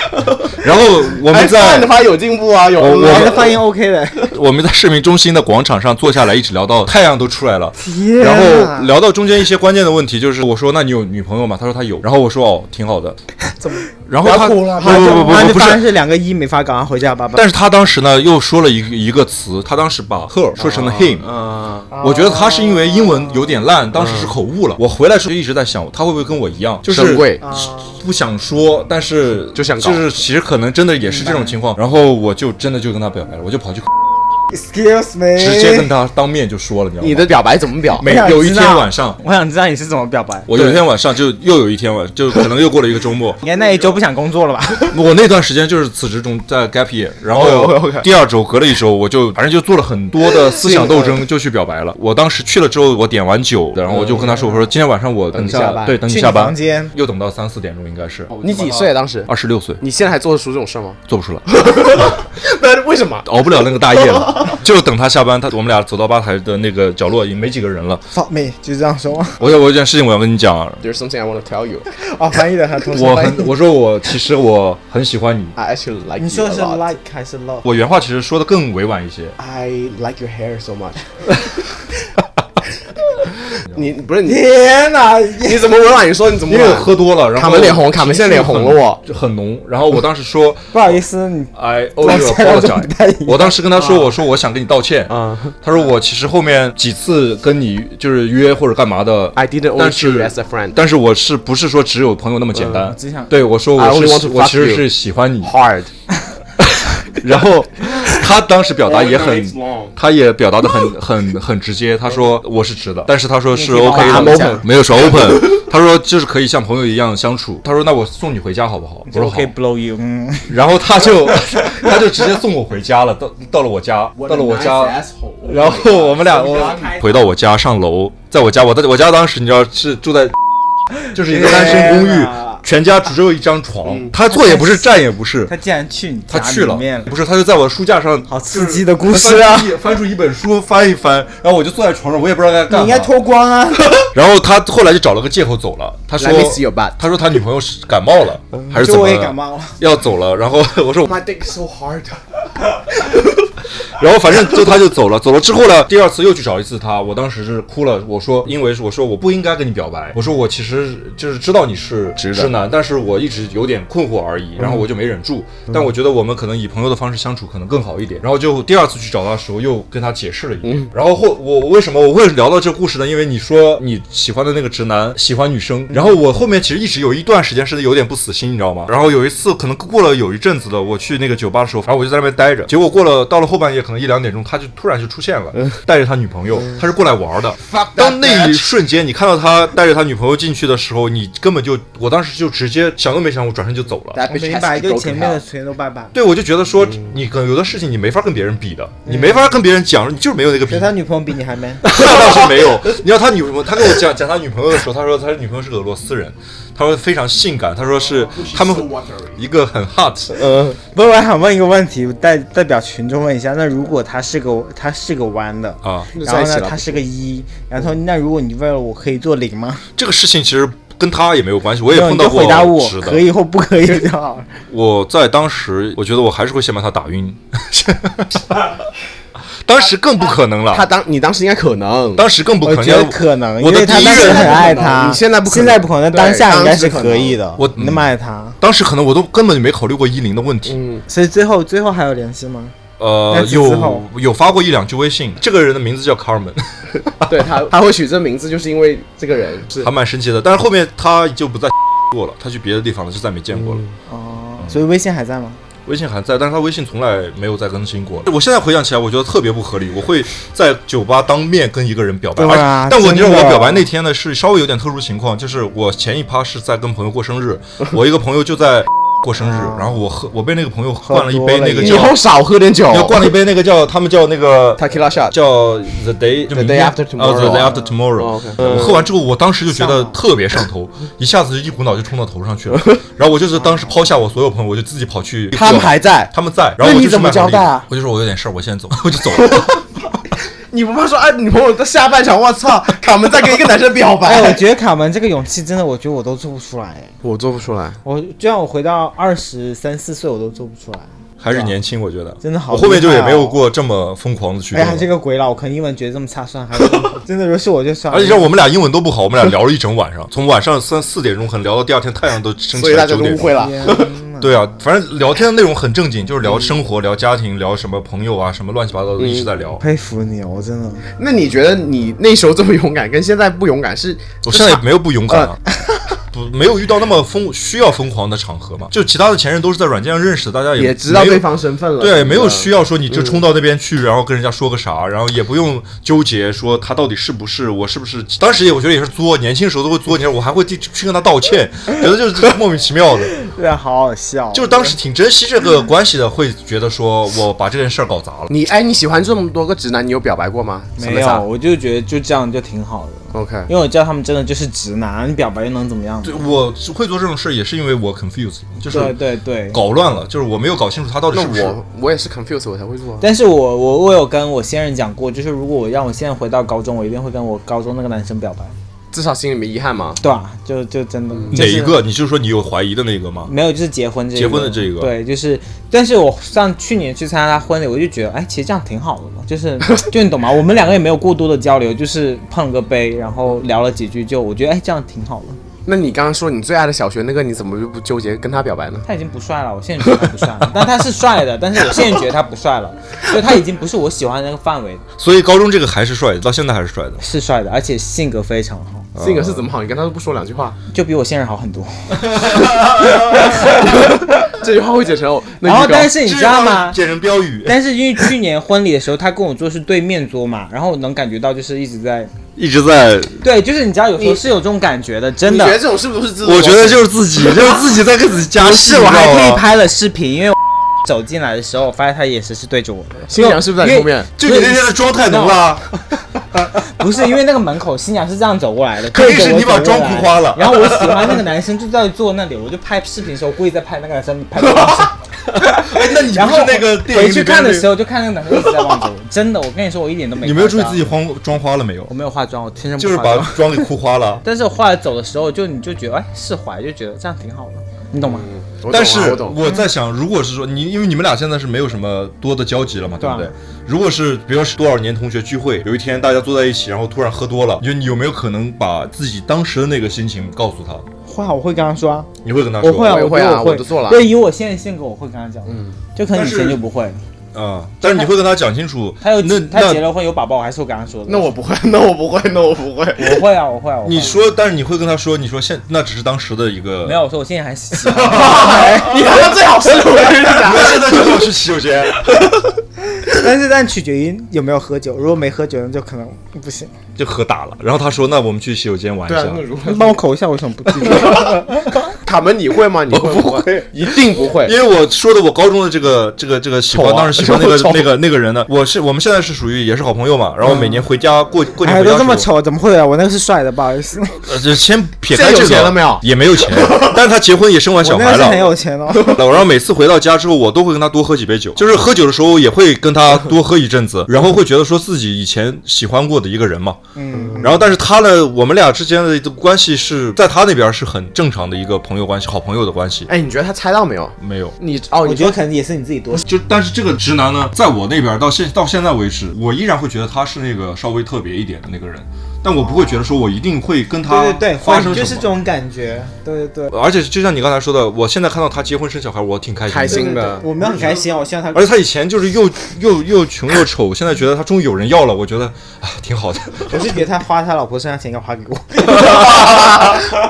Speaker 2: 然后我们
Speaker 5: 哎，看
Speaker 2: 在
Speaker 5: 着他有进步啊，有
Speaker 2: 我
Speaker 7: 你的
Speaker 2: 我
Speaker 7: 发音 OK 的，
Speaker 2: 我们在市民中心的广场上坐下来，一直聊到太阳都 出来了。
Speaker 7: 天
Speaker 2: 然
Speaker 7: 啊
Speaker 2: 后聊到中间一些关键的问题，就是我说那你有女朋友吗？他说他有，然后我说哦挺好的，然后他不不不
Speaker 7: 然后
Speaker 2: 不
Speaker 7: 就
Speaker 2: 不
Speaker 7: 发
Speaker 2: 是
Speaker 7: 现是两个一没法搞，然后回家吧。
Speaker 2: 但是他当时呢又说了一个一个词，他当时把 her 说成了 him，、
Speaker 5: 嗯，
Speaker 2: 我觉得他是因为英文有点烂，当时是口误了。我回来时候就一直在想，他会不会跟我一样，就是
Speaker 5: 神贵
Speaker 2: 不想说，但是
Speaker 5: 就想搞
Speaker 2: 就是其实可能真的也是这种情况。然后我就真的就跟他表白了，我就跑去
Speaker 7: Excuse
Speaker 4: 哎
Speaker 7: me，
Speaker 2: 直接跟他当面就说了，你知道吗？
Speaker 5: 你的表白怎么表？
Speaker 2: 每有一天晚上。
Speaker 7: 我想知道你是怎么表白。
Speaker 2: 我有一天晚上就又有一天晚， 就可能又过了一个周末，
Speaker 7: 应该那一周不想工作了吧？
Speaker 2: 我那段时间就是辞职中在 gap year，然
Speaker 7: 哦
Speaker 2: 后第二周隔了一周，我就反正就做了很多的思想斗争，就去表白了。我当时去了之后，我点完酒，然后我就跟他说：“我说今天晚上我等
Speaker 5: 下班
Speaker 2: 对，等
Speaker 7: 去
Speaker 2: 下班
Speaker 7: 房。间”。哦
Speaker 2: 又等到三四点钟，应该是
Speaker 5: 你几岁啊当时？
Speaker 2: 二十六岁，
Speaker 5: 你现在还做得出这种事吗？
Speaker 2: 做不出来，
Speaker 5: 那为什么？
Speaker 2: 熬不了那个大夜 了。就等他下班，他我们俩走到吧台的那个角落，也没几个人了。
Speaker 7: Fuck me，就这样说吗？
Speaker 2: 我有我有一件事情我要跟你讲，
Speaker 5: There's something I want to tell you.
Speaker 7: 哦，翻译的很同时
Speaker 2: 我
Speaker 7: 翻译
Speaker 2: 很我说我其实我很喜欢你。
Speaker 5: I actually like
Speaker 7: 你
Speaker 5: you
Speaker 7: 说
Speaker 5: a
Speaker 7: 的是
Speaker 5: lot.
Speaker 7: like 还是 love？
Speaker 2: 我原话其实说的更委婉一些，
Speaker 5: I like your hair so much. 你不是你
Speaker 7: 天 哪！
Speaker 5: 你怎么委婉？你说你怎么
Speaker 2: 因
Speaker 5: 委
Speaker 2: 为我
Speaker 5: 婉？
Speaker 2: 喝多了，然后
Speaker 5: 卡门脸红卡门现在脸红了我
Speaker 2: 情绪很很浓。然后我当时说，
Speaker 7: 不好意思，你
Speaker 2: I owe you
Speaker 7: 我想的不太一
Speaker 2: apology
Speaker 7: 样。
Speaker 2: 我当时跟他
Speaker 5: 啊
Speaker 2: 说，我说我想跟你道歉。他说我其实后面几次跟你就是约或者干嘛的
Speaker 5: I didn't
Speaker 2: 但
Speaker 5: want
Speaker 2: 是
Speaker 5: you as a friend.
Speaker 2: 但是我是不是说只有朋友那么简单？
Speaker 7: 呃只想
Speaker 2: 对我说
Speaker 5: I
Speaker 2: 我
Speaker 5: only
Speaker 2: 是
Speaker 5: want to
Speaker 2: 我
Speaker 5: fuck
Speaker 2: 其实
Speaker 5: you
Speaker 2: 是喜欢你。
Speaker 5: Hard.
Speaker 2: 然后他当时表达 也很，他也表达的很很很直接。他说我是直的，但是他说是 OK
Speaker 5: 他
Speaker 2: 的
Speaker 5: I'm open
Speaker 2: 没有说 open。他 说就是可以像朋友一样相处。他说那我送你回家好不好？我说好。
Speaker 7: blow you。嗯，
Speaker 2: 然后他就 他就直接送我回家了，到到了我家， 到了我家，
Speaker 5: Oh
Speaker 2: 然后我们俩我回到 我家上楼，在我家，我在我家当时你知道是住在就是一个单身公寓
Speaker 7: 天啊，
Speaker 2: 全家只有一张床，他坐也不是，站也不是
Speaker 9: 嗯他，竟然去你
Speaker 2: 他
Speaker 9: 家
Speaker 2: 去了
Speaker 9: 里面了，，
Speaker 2: 不是，他就在我的书架上
Speaker 9: 好刺激的故事啊！
Speaker 2: 翻出一翻出一本书翻一翻，然后我就坐在床上，我也不知道该
Speaker 9: 你
Speaker 2: 干
Speaker 9: 应该
Speaker 2: 嘛。
Speaker 9: 脱光 啊！
Speaker 2: 然后他后来就找了个借口走了，他说
Speaker 5: Let me see your butt
Speaker 2: 他说他女朋友是感冒了还是
Speaker 9: 嗯
Speaker 2: 怎
Speaker 9: 就
Speaker 2: 么
Speaker 9: 我也
Speaker 2: 了
Speaker 9: 感冒了，
Speaker 2: 要走了，然后 我说
Speaker 5: My dick is so hard。
Speaker 2: 然后反正就他就走了，走了之后呢，第二次又去找一次他，我当时是哭了，我说因为是我说我不应该跟你表白，我说我其实就是知道你是
Speaker 5: 直的
Speaker 2: 直男，但是我一直有点困惑而已，然后我就没忍住，但我觉得我们可能以朋友的方式相处可能更好一点，然后就第二次去找他的时候又跟他解释了一
Speaker 9: 嗯
Speaker 2: 遍，然后后我我为什么我会聊到这个故事呢？因为你说你喜欢的那个直男喜欢女生，然后我后面其实一直有一段时间是有点不死心，你知道吗？然后有一次可能过了有一阵子的，我去那个酒吧的时候，然后我就在那边待着，结果过了到了后半夜可能一两点钟，他就突然就出现了，带着他女朋友，他是过来玩的。当那一瞬间你看到他带着他女朋友进去的时候，你根本就我当时就直接想都没想，我转身就走了。
Speaker 5: That
Speaker 9: 我
Speaker 5: bitch
Speaker 9: 明
Speaker 5: has
Speaker 9: 白，
Speaker 5: to
Speaker 9: 就
Speaker 5: go to
Speaker 9: 前面的
Speaker 5: hell。
Speaker 9: 全都拜拜。
Speaker 2: 对，我就觉得说，你可能有的事情你没法跟别人比的，你没法跟别人讲，你就是没有那个比
Speaker 9: 所以他女朋友比你还 man，
Speaker 2: 那倒是没有。 你知道他女朋友，他跟我讲讲他女朋友的时候，他说他女朋友是个俄罗斯人，他说非常性感，他说是他们一个很 hot，
Speaker 9: 呃， 不是，我还想问一个问题，代代表群众问一下，那如果他是个他是个弯的
Speaker 2: 啊
Speaker 9: 然后呢，他是个一，然后那如果你问了我可以做零吗？
Speaker 2: 这个事情其实跟他也没有关系，我也
Speaker 9: 没有
Speaker 2: 碰
Speaker 9: 你
Speaker 2: 到
Speaker 9: 就
Speaker 2: 过
Speaker 9: 回答我
Speaker 2: 直的。
Speaker 9: 可以或不可以就好了。
Speaker 2: 我在当时，我觉得我还是会先把他打晕， 当时更不可能
Speaker 5: 他
Speaker 2: 了，
Speaker 5: 当你当时应该可能，
Speaker 2: 当时更不
Speaker 9: 我
Speaker 2: 可能。
Speaker 9: 觉得可能，
Speaker 2: 我
Speaker 9: 因
Speaker 2: 的
Speaker 9: 为
Speaker 2: 第
Speaker 9: 他
Speaker 2: 一
Speaker 9: 当时
Speaker 2: 任
Speaker 9: 很爱
Speaker 5: 可能
Speaker 9: 他，
Speaker 5: 你现在不可
Speaker 9: 现在不可能，
Speaker 5: 对
Speaker 9: 当下应该
Speaker 5: 当时
Speaker 9: 是
Speaker 5: 可
Speaker 9: 可以
Speaker 5: 能
Speaker 9: 的。
Speaker 2: 我
Speaker 9: 你那么爱他，
Speaker 2: 当时可能我都根本就没考虑过一零的问题。
Speaker 5: 嗯
Speaker 9: 所以最后最后还有联系吗？
Speaker 2: 呃
Speaker 9: 但，是之后
Speaker 2: 有有发过一两句微信。这个人的名字叫卡尔门，
Speaker 5: 对他
Speaker 2: 嗯
Speaker 5: 他会取这名字，就是因为这个人是
Speaker 2: 还蛮神奇的。但是后面他就不在 过了，他去别的地方了，就再没见过了。
Speaker 9: 哦，所以微信还在吗？
Speaker 2: 微信还在，但是他微信从来没有再更新过。我现在回想起来，我觉得特别不合理。我会在酒吧当面跟一个人表白，
Speaker 9: 对啊
Speaker 2: 而但我你知道
Speaker 9: 真
Speaker 2: 我
Speaker 9: 的
Speaker 2: 表白那天呢是稍微有点特殊情况，就是我前一趴是在跟朋友过 生日，我一个朋友就在 过生日，然后我喝我被那个朋友灌了一杯那
Speaker 9: 啊喝
Speaker 2: 个
Speaker 9: 多了
Speaker 5: 以
Speaker 2: 叫
Speaker 5: 后，少喝点酒。
Speaker 2: 要灌了一杯那个叫他们叫那个
Speaker 5: Tequila shot
Speaker 2: 叫 the day 就
Speaker 5: The
Speaker 2: 明天
Speaker 5: day after tomorrow
Speaker 2: 啊 the day after tomorrow。
Speaker 5: 哦，OK
Speaker 9: 嗯
Speaker 2: 我喝完之后，我当时就觉得特别上头，一下子一股脑就冲到头 上去了。然后我就是当时抛下我所有朋友，我就自己跑去。
Speaker 9: 他们还在
Speaker 2: 他们在，然
Speaker 9: 那
Speaker 2: 后
Speaker 9: 你
Speaker 2: 我就去
Speaker 9: 怎么
Speaker 2: 买
Speaker 9: 交
Speaker 2: 好礼
Speaker 9: 代啊
Speaker 2: 我就说我有点事儿，我先走，我就走 了。
Speaker 5: 你不怕说哎，女朋友在下半场，我操，卡门在跟一个男生表
Speaker 9: 哎，我
Speaker 5: 白，
Speaker 9: 觉得卡门这个勇气真的，我觉得我都做不出来。哎
Speaker 5: 我做不出来。
Speaker 9: 我就让我回到二十三四岁，我都做不出来。
Speaker 2: 还是年轻，我觉得
Speaker 9: 真的好
Speaker 2: 我后面就也
Speaker 9: 厉害哦
Speaker 2: 没有过这么疯狂的举
Speaker 9: 哎
Speaker 2: 动
Speaker 9: 呀，这
Speaker 2: 了。
Speaker 9: 个鬼佬，我可能英文觉得这么差，算还真的，如果是我就算了。
Speaker 2: 而且让我们俩英文都不好，我们俩聊了一整晚上，从晚上三四点钟可能聊到第二天太阳都升
Speaker 5: 所
Speaker 2: 起
Speaker 5: 以大
Speaker 2: 来
Speaker 5: 家
Speaker 2: 九
Speaker 5: 都
Speaker 2: 点
Speaker 5: 误
Speaker 2: 钟
Speaker 5: 会。了，
Speaker 9: 嗯
Speaker 2: 对啊，反正聊天的内容很正经，就是聊生活、聊家庭、聊什么朋友啊，什么乱七八糟的一直在聊。
Speaker 9: 佩服你，哦我真的。
Speaker 5: 那你觉得你那时候这么勇敢，跟现在不勇敢是？
Speaker 2: 我现在也没有不勇敢啊， 不没有遇到那么疯需要疯狂的场合嘛。就其他的前任都是在软件上认识的，大家
Speaker 5: 也
Speaker 2: 也
Speaker 5: 知道
Speaker 2: 没有
Speaker 5: 对方身份了，嗯
Speaker 2: 对，没有需
Speaker 5: 要。
Speaker 2: 要说你就冲到那边去，然后跟人家说个啥，然后也不用纠结说他到底是不是我是不是。当时也我觉得也是作，年轻时候都会作，你知道，我还会去去跟他道 歉，觉得就是莫名其妙的。
Speaker 9: 对啊，好好笑。
Speaker 2: 就是当时挺珍惜这个关系的，会觉得说我把这件事儿搞砸了。
Speaker 5: 你哎，你喜欢这么多个直男，你有表白过吗？什
Speaker 4: 没
Speaker 5: 么
Speaker 4: 有，
Speaker 5: 啥
Speaker 4: 我就觉得就这样就挺好的，
Speaker 5: OK，
Speaker 4: 因为我知道他们真的就是直男，你表白又能怎么样？
Speaker 2: 对，我会做这种事儿也是因为我 confused，就是
Speaker 4: 对对对。
Speaker 2: 搞乱了，就是我没有搞清楚他到底
Speaker 5: 那
Speaker 2: 是不是。
Speaker 5: 我我也是 confused，我才会做啊。
Speaker 4: 但是我我我有跟我先人讲过，就是如果我让我现在回到高中，我一定会跟我高中那个男生表白，
Speaker 5: 至少心里没遗憾嘛。
Speaker 4: 对啊，就就真的、就
Speaker 2: 嗯哪
Speaker 4: 是
Speaker 2: 一个？你就说你有怀疑的那个吗？
Speaker 4: 没有，就是结婚这一
Speaker 2: 结婚的这一个
Speaker 4: 对，就是，但是我上去年去参加他婚礼，我就觉得，哎，其实这样挺好的嘛，就是 就你懂吗？我们两个也没有过多的交流，就是碰了个杯，然后聊了几句，就我觉得，哎，这样挺好的。
Speaker 5: 那你刚刚说你最爱的小学那个，你怎么就不纠结跟他表白呢？
Speaker 4: 他已经不帅了，我现在觉得他不帅了，但 他是帅的，但是我现在觉得他不帅了， 所以他已经不是我喜欢的那个范围，
Speaker 2: 所以高中这个还是帅的，到现在还是帅的。
Speaker 4: 是帅的，而且性格非常好，
Speaker 5: 性格是怎么好？你跟他都不说两句话，
Speaker 4: 就比我现任好很多。
Speaker 5: 这句话会剪成哦那
Speaker 4: 然后，
Speaker 5: 预告
Speaker 4: 但是你知道吗？
Speaker 2: 简人标语
Speaker 4: 但是因为去年婚礼的时候，他跟我坐是对面桌嘛， 然后我能感觉到就是一直在，
Speaker 2: 一直在，
Speaker 4: 对，就是你知道有时候是有这种感觉的，真的。
Speaker 5: 你觉得这种是不是都是自我？
Speaker 2: 我觉得就是 自己，就是自己在给自己加
Speaker 4: 不
Speaker 2: 戏。
Speaker 4: 是，我还特
Speaker 2: 你知
Speaker 4: 意
Speaker 2: 道 吗。
Speaker 4: 拍了视频，因为我 走进来的时候，我发现他眼神是对着我的。
Speaker 5: 新娘是不是在你后面？
Speaker 2: 就你那天的妆太浓了，
Speaker 4: 不不是因为那个门口新娘是这样走过 来的，
Speaker 2: 肯定
Speaker 4: 对
Speaker 2: 是
Speaker 4: 着我
Speaker 2: 你把
Speaker 4: 走过
Speaker 2: 妆
Speaker 4: 来
Speaker 2: 哭花了
Speaker 4: 然后我喜欢那个男生就在坐那里，我就拍视频的时候故意在拍那个男生 拍。哎，那你然后
Speaker 2: 是那个电影里
Speaker 4: 回去
Speaker 2: 边
Speaker 4: 看的
Speaker 2: 那个
Speaker 4: 时候就看那个男生一直在往走，真的，我跟你说，我一点都没。
Speaker 2: 你没有注意自己？妆妆花了没有
Speaker 4: 我？没有化妆，我天生不
Speaker 2: 就是
Speaker 4: 化
Speaker 2: 把
Speaker 4: 妆。
Speaker 2: 妆给哭花了
Speaker 4: 但是我后来走的时候，就你就觉得哎释怀，就觉得这样挺好的，你懂吗？
Speaker 5: 我懂啊
Speaker 2: 但是
Speaker 5: 我懂，
Speaker 2: 我在想，如果是说你，因为你们俩现在是没有什么多的交集了嘛，对不
Speaker 4: 对
Speaker 2: 对
Speaker 4: 啊？
Speaker 2: 如果是比如说多少年同学聚会，有一天大家坐在一起，然后突然喝多了，你你有没有可能把自己当时的那个心情告诉他？
Speaker 4: 会啊，我会跟他说啊，
Speaker 2: 你会跟他
Speaker 4: 我
Speaker 2: 说？
Speaker 4: 会啊，
Speaker 5: 我也会
Speaker 4: 觉得
Speaker 5: 啊
Speaker 4: 我
Speaker 5: 我都做了
Speaker 4: 对，以我现在的性格，我会跟他讲，嗯，就可能
Speaker 2: 但
Speaker 4: 以
Speaker 2: 是
Speaker 4: 前就不会。
Speaker 2: 啊，但是你会跟他讲清楚。
Speaker 4: 他有
Speaker 2: 那
Speaker 4: 他结
Speaker 2: 那
Speaker 4: 了婚有宝宝，我还是会跟他说的。
Speaker 5: 那我不会， 那我不会，那我 不会。
Speaker 4: 我会啊，我会啊，我会啊
Speaker 2: 你说，但是你会跟他说，你说现那只是当时的一个
Speaker 4: 没有？我说我现在还喜欢。
Speaker 5: 你他妈最好 是我跟你讲，
Speaker 2: 那现在正好是洗手间。
Speaker 10: 但是但取决于有没有喝酒，如果没喝酒，那就可能不行。
Speaker 2: 就喝大了。然后他说：“那我们去洗手间玩一
Speaker 5: 对
Speaker 2: 下。
Speaker 5: 啊，那如
Speaker 10: 你帮我口一下，为什么不记住？
Speaker 5: 卡门你会吗？你会不会？一定不会。
Speaker 2: 因为我说的我高中的这个这个这个喜欢，当时喜欢那个那个那个人呢，我是我们现在是属于也是好朋友嘛。然后每年回家过过年
Speaker 10: 哎，都
Speaker 2: 回家的时
Speaker 10: 这
Speaker 2: 候
Speaker 10: 么，丑，怎么会啊？我那个是帅的，不好意思，我
Speaker 2: 呃就先撇开
Speaker 5: 这
Speaker 2: 这
Speaker 5: 有
Speaker 2: 个
Speaker 5: 钱了没有
Speaker 2: 也没有钱，但是他结婚也生完小
Speaker 10: 那
Speaker 2: 孩
Speaker 10: 个是
Speaker 2: 了
Speaker 10: 很。有钱哦。
Speaker 2: 然后每次回到家之后，我都会跟他多喝几杯酒，就是喝酒的时候也会跟他多喝一阵子，
Speaker 10: 嗯
Speaker 2: 然后会觉得说自己以前喜欢过的一个人嘛，嗯，然后但是他呢，我们俩之间的关系是在他那边是很正常的一个朋友关系，好朋友的关系，
Speaker 5: 哎，你觉得他猜到没有？
Speaker 2: 没有。
Speaker 5: 你哦，
Speaker 4: 我
Speaker 5: 你
Speaker 4: 觉得可能也是你自己多想。
Speaker 2: 就但是这个直男呢，在我那边到现到现在为止，我依然会觉得他是那个稍微特别一点的那个人，但我不会觉得说我一定会跟他
Speaker 10: 对对对，
Speaker 2: 发生
Speaker 10: 就是
Speaker 2: 什
Speaker 10: 这
Speaker 2: 么。
Speaker 10: 种感觉。对对对，
Speaker 2: 而且就像你刚才说的，我现在看到他结婚生小孩，我挺开心的。
Speaker 5: 开心的。
Speaker 10: 我们很开心啊！我希望他
Speaker 2: 而且他以前就是又又又穷又丑，现在觉得他终于有人要了，我觉得啊挺好的。
Speaker 10: 我是觉得他花他老婆身上钱应该花给我。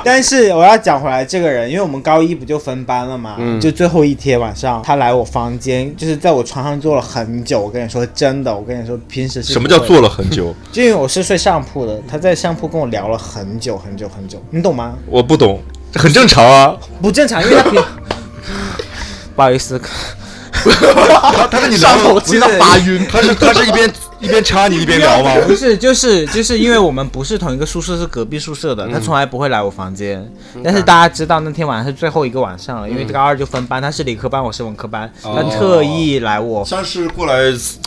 Speaker 10: 但是我要讲回来这个人，因为我们高一不就分班了嘛，就最后一天晚上，他来我房间，就是在我床上坐了很久。我跟你说真的，我跟你说，平时是
Speaker 2: 什么
Speaker 10: 不
Speaker 2: 叫
Speaker 10: 会
Speaker 2: 坐了很久？
Speaker 10: 就因为我是睡上铺的，他在上铺跟我聊了很久很久很久，你懂吗？
Speaker 2: 我不懂，这很正常啊。
Speaker 10: 不正常，因为他平
Speaker 4: 不好意思，
Speaker 2: 他他跟你聊头气到发晕，他是他是一边一边插你一边 聊吗？
Speaker 4: 不是，就是就是因为我们不是同一个宿舍，是隔壁宿舍的，他从来不会来我房间。但是大家知道那天晚上是最后一个晚上了，因为高二就分班，他是理科班，我是文科班，他特意来我。
Speaker 2: 像是过来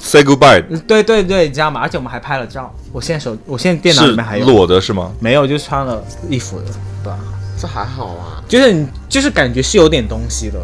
Speaker 2: say goodbye，
Speaker 4: 对对对，你知道吗？而且我们还拍了照，我现在手，我现在电脑里面还
Speaker 2: 是
Speaker 4: 有，
Speaker 2: 裸的是吗？
Speaker 4: 没有就穿了衣服的，
Speaker 5: 这还好啊。
Speaker 4: 就是你就是感觉是有点东西的。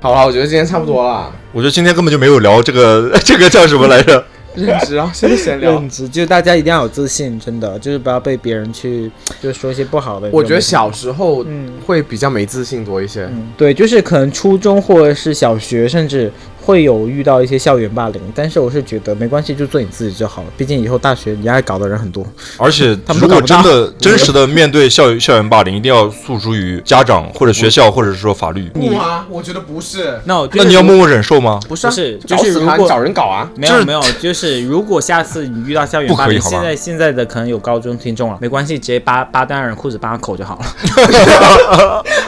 Speaker 5: 好了，我觉得今天差不多了。
Speaker 2: 我觉得今天根本就没有聊这个 这个叫什么来着？
Speaker 5: 认知 啊，现在闲聊
Speaker 10: 认。知，就是大家一定要有自信，真的，就是不要被别人去就是说一些不好的。
Speaker 5: 我觉得小时候会比较没自信多一些。
Speaker 10: 对，就是可能初中或者是小学，甚至会有遇到一些校园霸凌，但是我是觉得没关系，就做你自己就好了。毕竟以后大学你爱搞的人很多。
Speaker 2: 而且
Speaker 10: 他，们
Speaker 2: 如
Speaker 10: 都搞
Speaker 2: 果
Speaker 10: 不到
Speaker 2: 真的真实的面对校园校园霸凌，一定要诉诸于家长或者学校，或者是说法律。
Speaker 5: 不啊，我觉得不是，
Speaker 4: 那我就
Speaker 2: 那你要默默忍受吗？
Speaker 4: 不是啊是
Speaker 5: 搞
Speaker 4: 就是
Speaker 5: 死
Speaker 4: 如
Speaker 5: 他，
Speaker 4: 果
Speaker 5: 找人搞啊。
Speaker 4: 没
Speaker 2: 就是
Speaker 4: 有没有，就是如果下次你遇到校园
Speaker 2: 不可
Speaker 4: 霸
Speaker 2: 以
Speaker 4: 凌，
Speaker 2: 好吧
Speaker 4: 现在现在的可能有高中听众了，没关系，直接扒扒单人裤子扒口就好了。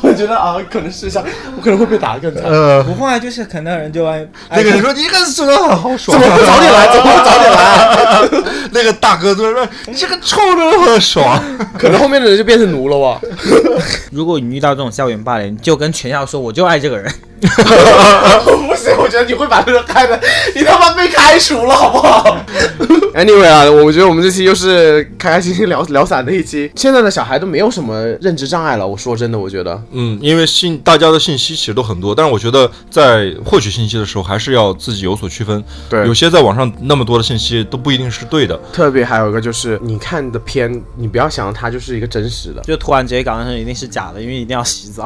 Speaker 5: 我觉得啊，可能是像，我可能会被打得更惨。
Speaker 10: 不会啊，就是可能有人就爱
Speaker 2: 那个人哎说：“你看这个好爽、啊，
Speaker 5: 早点来，怎么会早点来？
Speaker 2: 那个大哥就说：“你这个臭的很爽。
Speaker 5: 可能后面的人就变成奴了啊哇。
Speaker 4: 如果你遇到这种校园霸凌，就跟全校说我就爱这个人，
Speaker 5: 不行， 我觉得你会把这个开的，你他妈被开除了，好不好？Anyway 啊，我觉得我们这期又是开开心心聊聊散的一期。现在的小孩都没有什么认知障碍了，我说真的，我觉得”
Speaker 2: 嗯，因为信大家的信息其实都很多，但是我觉得在获取信息的时候，还是要自己有所区分。
Speaker 5: 对
Speaker 2: 有些在网上那么多的信息都不一定是对的。
Speaker 5: 特别还有一个就是，你看的片，你不要想它就是一个真实 的。
Speaker 4: 就突然直接搞成一定是假的，因为一定要洗 澡，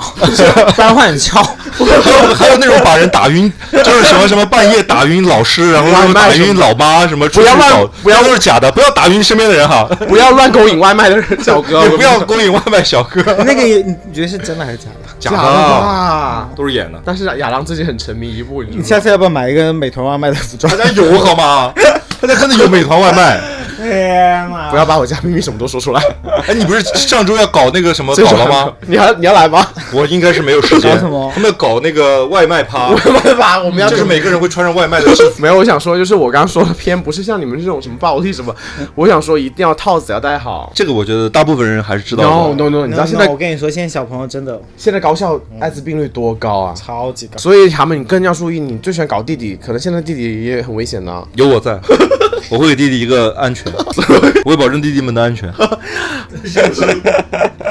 Speaker 4: 不然会很 臭。
Speaker 2: 还有 还有那种把人打晕，就是什么什么半夜打晕老师，然后
Speaker 5: 外卖
Speaker 2: 又打
Speaker 5: 什么
Speaker 2: 晕老妈，什么出去
Speaker 5: 不要乱
Speaker 2: 搞
Speaker 5: 不要
Speaker 2: 这都是假的，不要打晕身边的人哈，
Speaker 5: 不要乱勾引外卖的人，小哥，
Speaker 2: 也不要勾引外卖小哥，
Speaker 10: 那个也你觉得是真的还是假的？
Speaker 2: 假
Speaker 5: 假的
Speaker 2: 的
Speaker 5: 啊。
Speaker 2: 都是演的。
Speaker 5: 但是亚当最近很沉迷一部，你
Speaker 10: 你
Speaker 5: 知道
Speaker 10: 下
Speaker 5: 吗？
Speaker 10: 次要不要买一个美团外卖的服装
Speaker 2: 大？家有好吗？大家看到有美团外卖，
Speaker 11: 天 哪！
Speaker 5: 不要把我家秘密什么都说出来。
Speaker 2: 哎，你不是上周要搞那个什么搞了吗？？
Speaker 5: 你要你要来吗？
Speaker 2: 我应该是没有时间。
Speaker 12: 搞什么
Speaker 2: 他们要搞那个外卖趴，
Speaker 5: 办法，我们要
Speaker 2: 就是每个人会穿上外卖的制服。
Speaker 5: 没有，我想说，就是我刚刚说的偏不是像你们这种什么暴力什么，我想说一定要套子要戴好。
Speaker 2: 这个我觉得大部分人还是知道
Speaker 5: No
Speaker 2: 的。
Speaker 5: no no，你知道
Speaker 11: No，
Speaker 5: 现
Speaker 11: no，我
Speaker 5: 在
Speaker 11: 跟你说，现在小朋友真的
Speaker 5: 现在高校艾滋病率多高啊？
Speaker 11: 超级高。
Speaker 5: 所以他们你更要注意，你最喜欢搞弟弟，可能现在弟弟也很危险的、
Speaker 2: 有我在， 我会给弟弟一个安全，我会保证弟弟们的安全。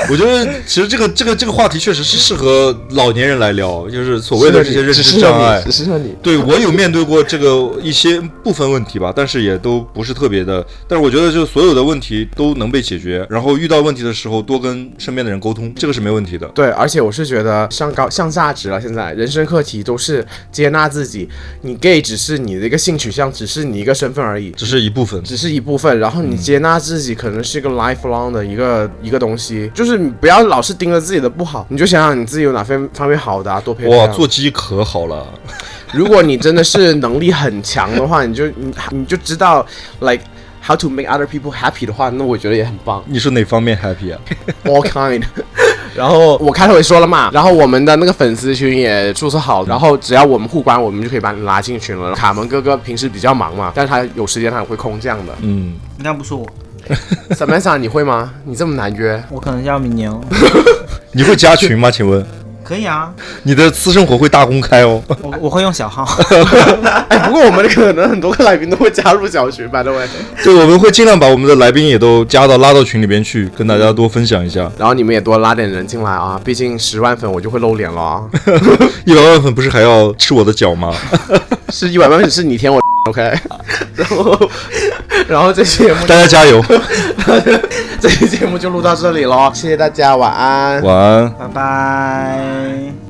Speaker 2: 我觉得其实这个这个这个话题确实是适合老年人来聊，就是所谓的这些认知障碍
Speaker 5: 只。适合你。
Speaker 2: 对我有面对过这个一些部分问题吧，但是也都不是特别的。但是我觉得，就所有的问题都能被解决，然后遇到问题的时候多跟身边的人沟通，这个是没问题的。
Speaker 5: 对，而且我是觉得上高上价值了，现在人生课题都是接纳自己。你 gay 只是你的一个性取向，只是你一个身份而已，
Speaker 2: 只是一部分，
Speaker 5: 只是一部分。然后你接纳自己，可能是一个 lifelong 的一个一个东西，就是你不要老是盯着自己的不好，你就想想你自己有哪方方面好的、啊，多培
Speaker 2: 哇，
Speaker 5: 养。
Speaker 2: 做鸡可好了，
Speaker 5: 如果你真的是能力很强的话，你就你你就知道，like how to make other people happy 的话，那我觉得也很棒
Speaker 2: 你是哪方面 happy 啊？。
Speaker 5: ，all kind。然后我开头也说了嘛，然后我们的那个粉丝群也注册好，然后只要我们互关，我们就可以把你拉进群了。卡门哥哥平时比较忙嘛，但是他有时间他也会空降的
Speaker 2: 嗯，
Speaker 4: 应该不是我，
Speaker 5: Samantha，你会吗？你这么难约，
Speaker 4: 我可能叫米牛。
Speaker 2: 你会加群吗？请问
Speaker 4: 可以啊，
Speaker 2: 你的私生活会大公开哦？
Speaker 4: 我我会用小 号。
Speaker 5: 哎，不过我们可能很多个来宾都会加入小群，by the way。
Speaker 2: 对，我们会尽量把我们的来宾也都加到拉到群里边去，跟大家多分享一下。
Speaker 5: 然后你们也多拉点人进来啊，毕竟十万粉我就会露脸了 啊。
Speaker 2: 一百万粉不是还要吃我的脚吗？
Speaker 5: 是一百万粉是你舔我 OK，然后 然后这期节目
Speaker 2: 大家加油，
Speaker 5: 这期节目就录到这里喽，谢谢大家，晚安。
Speaker 2: 晚安。
Speaker 4: 拜拜。